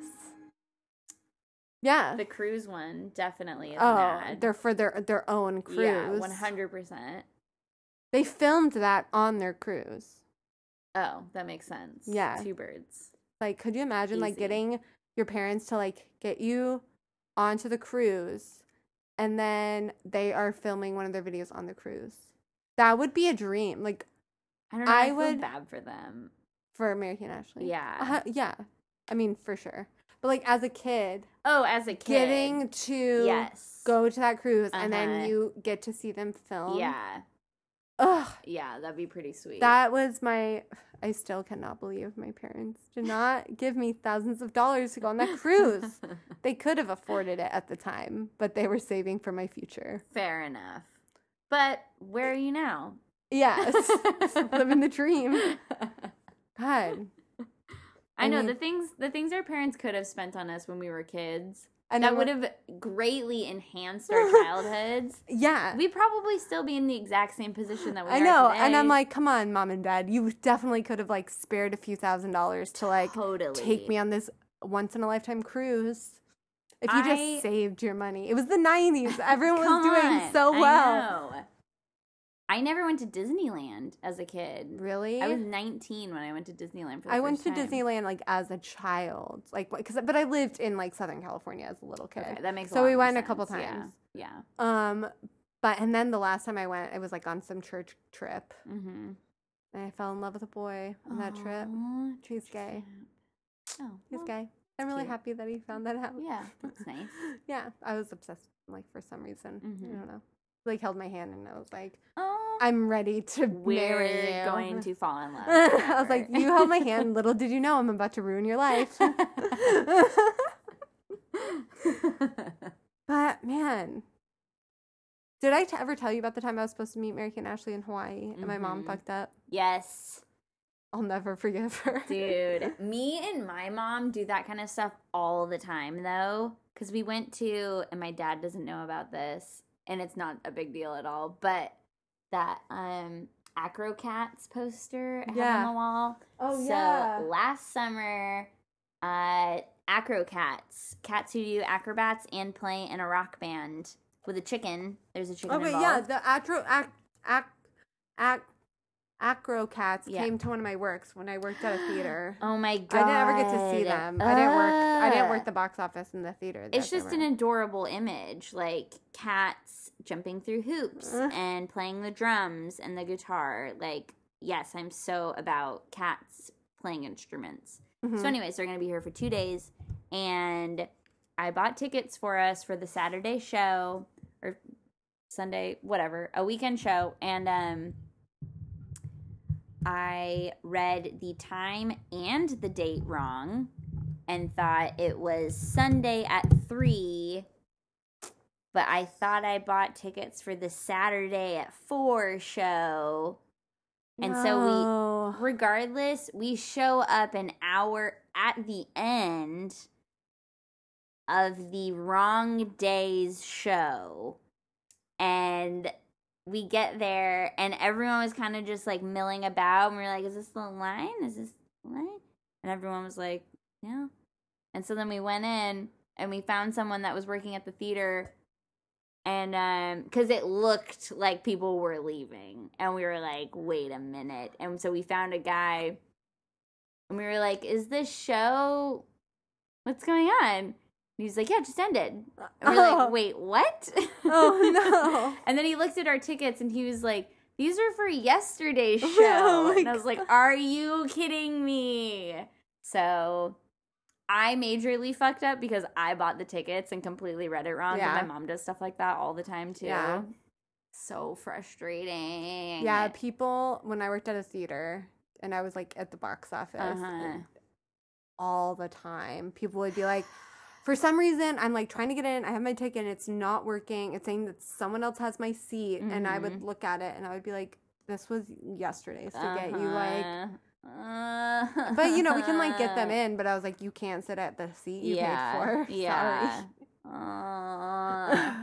B: Yeah.
C: The cruise one definitely is an
B: Uh, oh,
C: ad.
B: they're for their their own cruise.
C: Yeah, 100%.
B: They filmed that on their cruise.
C: Oh, that makes sense.
B: Yeah.
C: Two birds.
B: Like, could you imagine like
C: Easy.
B: getting your parents to like get you onto the cruise and then they are filming one of their videos on the cruise? That would be a dream, like
C: I don't know.
B: I
C: I, feel
B: would-
C: bad for them.
B: for American Ashley.
C: Yeah.
B: Uh, yeah. I mean, for sure. But like as a kid,
C: Oh, as a kid,
B: getting to
C: yes,
B: go to that cruise and
C: Uh-huh.
B: then you get to see them film.
C: Yeah,
B: Ugh,
C: yeah, that'd be pretty sweet.
B: that was my. I still cannot believe my parents did not give me thousands of dollars to go on that cruise. They could have afforded it at the time, but they were saving for my future.
C: Fair enough. But where are you now?
B: Yes. Living the dream. God.
C: I know
B: mean-
C: the things the things our parents could have spent on us when we were kids.
B: And
C: that
B: then
C: would have greatly enhanced our childhoods.
B: Yeah.
C: We'd probably still be in the exact same position that we
B: I
C: are
B: know. And
C: today.
B: I'm like, come on, mom and dad. You definitely could have like spared a few thousand dollars to like
C: totally
B: take me on this once in a lifetime cruise. If you
C: I-
B: just saved your money. It was the 90s. Everyone was
C: Come
B: doing
C: on.
B: so
C: I,
B: well.
C: know. I never went to Disneyland as a kid.
B: Really?
C: I was 19 when I went to Disneyland for the
B: I went
C: first
B: to
C: time.
B: Disneyland like as a child, like because but I lived in like Southern California as a little kid.
C: Okay, that makes a
B: so we
C: lot more
B: went a couple
C: sense. Yeah,
B: times.
C: Yeah.
B: Um, but and then the last time I went, it was like on some church trip,
C: Mm-hmm.
B: and I fell in love with a boy on that trip. He's gay.
C: Oh,
B: He's
C: well,
B: gay. I'm really
C: cute.
B: happy that he found that out.
C: Yeah, that's nice.
B: yeah. I was obsessed, like for some reason. I
C: Mhm.
B: don't know. Like held my hand and I was like,
C: Oh,
B: I'm ready to
C: we're
B: marry you.
C: going to fall in love.
B: I was like,
C: forever.
B: you held my hand. Little did you know, I'm about to ruin your life. But man, did I t- ever tell you about the time I was supposed to meet Mary Kate and Ashley in Hawaii and my mom
C: Mhm.
B: fucked up?
C: yes,
B: I'll never forgive her.
C: dude. Me and my mom do that kind of stuff all the time, though, because we went to, and my dad doesn't know about this, and it's not a big deal at all, but that um acrocats poster I have
B: Yeah. Oh,
C: on the wall. so last summer, uh, acrocats, cats who do acrobats and play in a rock band with a chicken. There's a chicken.
B: Okay, Oh, yeah,
C: involved.
B: the acro ac, ac, ac, acrocats
C: Yeah.
B: came to one of my works when I worked at a theater.
C: Oh my
B: I
C: god!
B: didn't ever get to see them. I didn't work. I didn't work
C: Ugh.
B: the box office in the theater.
C: It's
B: that they
C: just
B: were
C: an
B: in.
C: adorable image, like cats jumping through hoops
B: Ugh.
C: and playing the drums and the guitar. Like, yes, I'm so about cats playing instruments.
B: Mhm.
C: So, anyways, they're going to be here for two days. And I bought tickets for us for the Saturday show or Sunday, whatever, a weekend show. And um, I read the time and the date wrong and thought it was Sunday at three. But I thought I bought tickets for the Saturday at four show. And so we
B: No.
C: Regardless, we show up an hour at the end of the wrong day's show. And we get there and everyone was kind of just like milling about and we were like, Is this the line? Is this the line? And everyone was like, Yeah. And so then we went in and we found someone that was working at the theater and um because it looked like people were leaving and we were like wait a minute and so we found a guy and we were like is this show what's going on and he's like yeah it just ended and we're like wait what
B: Oh, no.
C: and then he looked at our tickets and he was like these are for yesterday's show
B: Oh, my
C: and i was like are you kidding me so I majorly fucked up because I bought the tickets and completely read it wrong.
B: Yeah.
C: And my mom does stuff like that all the time too.
B: Yeah.
C: So frustrating.
B: Yeah, people, when I worked at a theater and I was like at the box office
C: Uh-huh.
B: all the time, people would be like, for some reason, I'm like trying to get in. I have my ticket and it's not working. It's saying that someone else has my seat. And I
C: Mm-hmm.
B: would look at it and I would be like, this was yesterday's to get you like.
C: Uh-huh.
B: But you know, we can like get them in, but I was like, you can't sit at the seat you
C: yeah.
B: paid for.
C: Yeah.
B: Sorry.
C: Uh,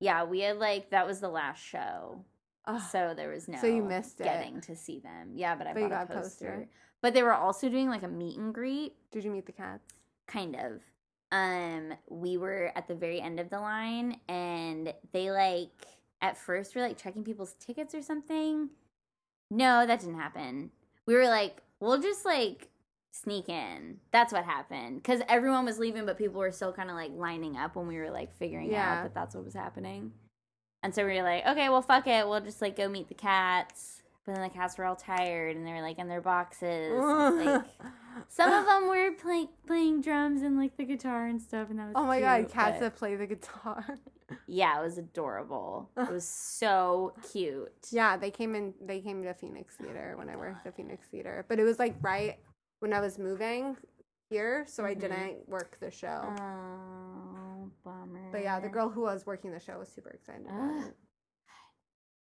C: yeah, we had like that was the last show.
B: Ugh.
C: So there was no
B: Ah, So you missed it.
C: getting to see them. Yeah, but I
B: But you
C: bought a
B: got a poster.
C: poster. But they were also doing like a meet and greet.
B: Did you meet the cats?
C: kind of um we were at the very end of the line and they like at first were like checking people's tickets or something no that didn't happen we were like we'll just like sneak in that's what happened because everyone was leaving but people were still kind of like lining up when we were like figuring
B: Yeah.
C: out that that's what was happening and so we were like okay well fuck it we'll just like go meet the cats but then the cats were all tired and they were like in their boxes and, like some of them were playing playing drums and like the guitar and stuff, and that was
B: Oh my god,
C: cute,
B: cats
C: but-
B: that play the guitar.
C: Yeah, it was adorable. It was so cute.
B: Yeah, they came in. They came to Phoenix Theater when I worked at Phoenix Theater, but it was like right when I was moving here, so I
C: Mhm.
B: didn't work the show.
C: Oh, bummer.
B: but yeah, the girl who was working the show was super excited about
C: Ugh.
B: it.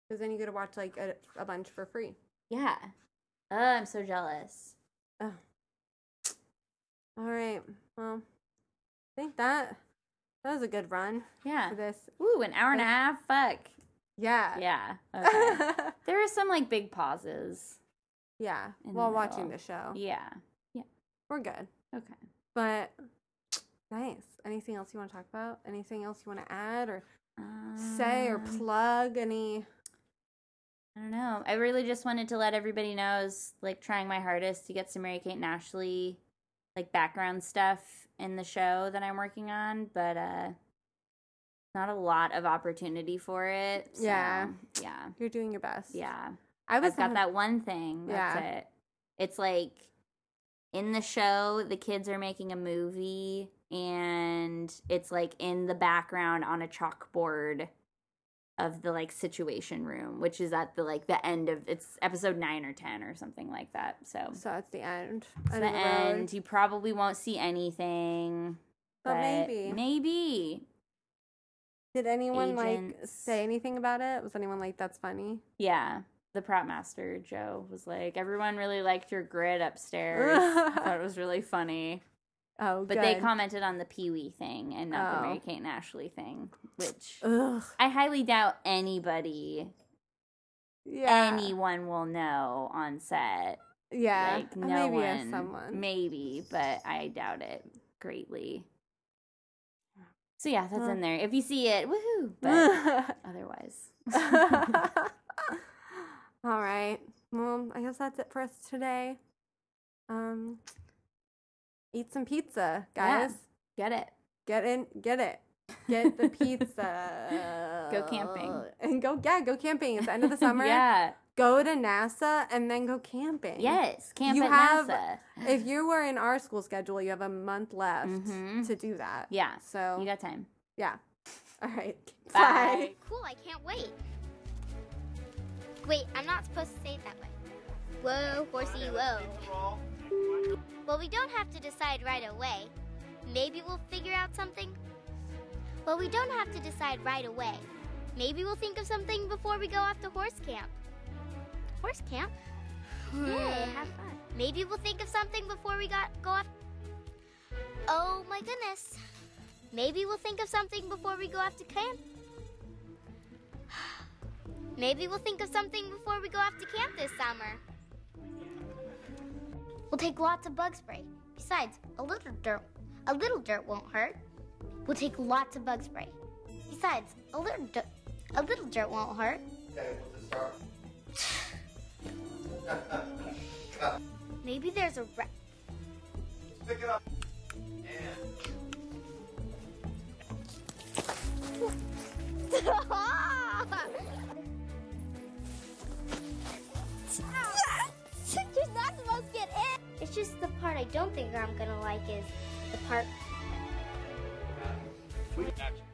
B: Because then you get to watch like a, a bunch for free.
C: Yeah. Oh, I'm so jealous.
B: All right, well, I think that that was a good run
C: Yeah.
B: for this.
C: Ooh, an hour and a half. Fuck.
B: Yeah.
C: Yeah. Okay. there were some like big pauses.
B: yeah.
C: In the
B: While watching the
C: middle.
B: show,
C: Yeah.
B: we're good.
C: Okay.
B: But nice. Anything else you want to talk about? Anything else you want to add or? say or
C: Um,
B: plug any
C: I don't know. I really just wanted to let everybody know I was like trying my hardest to get some Mary Kate and Ashley like background stuff in the show that I'm working on, but uh not a lot of opportunity for it. so,
B: Yeah.
C: Yeah.
B: you're doing your best
C: Yeah.
B: i was
C: I've got
B: having-
C: that one thing. That's
B: Yeah.
C: it. It's like in the show, the kids are making a movie and it's like in the background on a chalkboard of the like situation room, which is at the like the end of it's episode nine or ten or something like that. So
B: so it's the end
C: it's
B: end
C: the
B: of the road.
C: end. You probably won't see anything.
B: but maybe
C: Maybe.
B: did anyone like
C: agents.
B: say anything about it was anyone like that's funny
C: Yeah. The prop master, Joe, was like, everyone really liked your grid upstairs. I thought it was really funny.
B: oh
C: But they
B: good.
C: commented on the Pee Wee thing and not
B: Oh.
C: the Mary Kate and Ashley thing, which
B: Ugh,
C: I highly doubt anybody,
B: yeah
C: anyone will know on set.
B: yeah
C: Like,
B: Uh,
C: no
B: maybe
C: one.
B: if someone
C: Maybe, but I doubt it greatly. So, yeah, that's
B: Huh.
C: in there. If you see it, woohoo. But otherwise.
B: all right well i guess that's it for us today um eat some pizza
C: Yeah.
B: guys
C: Get it.
B: get in get it get the pizza
C: Go camping.
B: and go yeah go camping it's the end of the summer
C: yeah.
B: go to nasa and then go camping
C: Yes. Camp
B: You
C: at
B: have-
C: NASA.
B: if you were in our school schedule you have a month left
C: Mhm.
B: to do that
C: Yeah.
B: so
C: You got time.
B: yeah all right
C: Bye.
E: Cool, I can't wait. Wait, I'm not supposed to say it that way. Whoa, horsey, whoa. Well, we don't have to decide right away. Maybe we'll figure out something. Well, we don't have to decide right away. Maybe we'll think of something before we go off to horse camp. Horse camp? Yeah, have fun. Maybe we'll think of something before we got go off. Oh my goodness. Maybe we'll think of something before we go off to camp. Maybe we'll think of something before we go off to camp this summer. We'll take lots of bug spray. Besides, a little dirt a little dirt won't hurt. We'll take lots of bug spray. Besides, a little dirt a little dirt won't hurt.
G: Okay, what's this start?
E: Maybe there's a rat.
G: Pick it up. And
E: You're not supposed to get it. It's just the part I don't think I'm gonna like is the part
G: we action.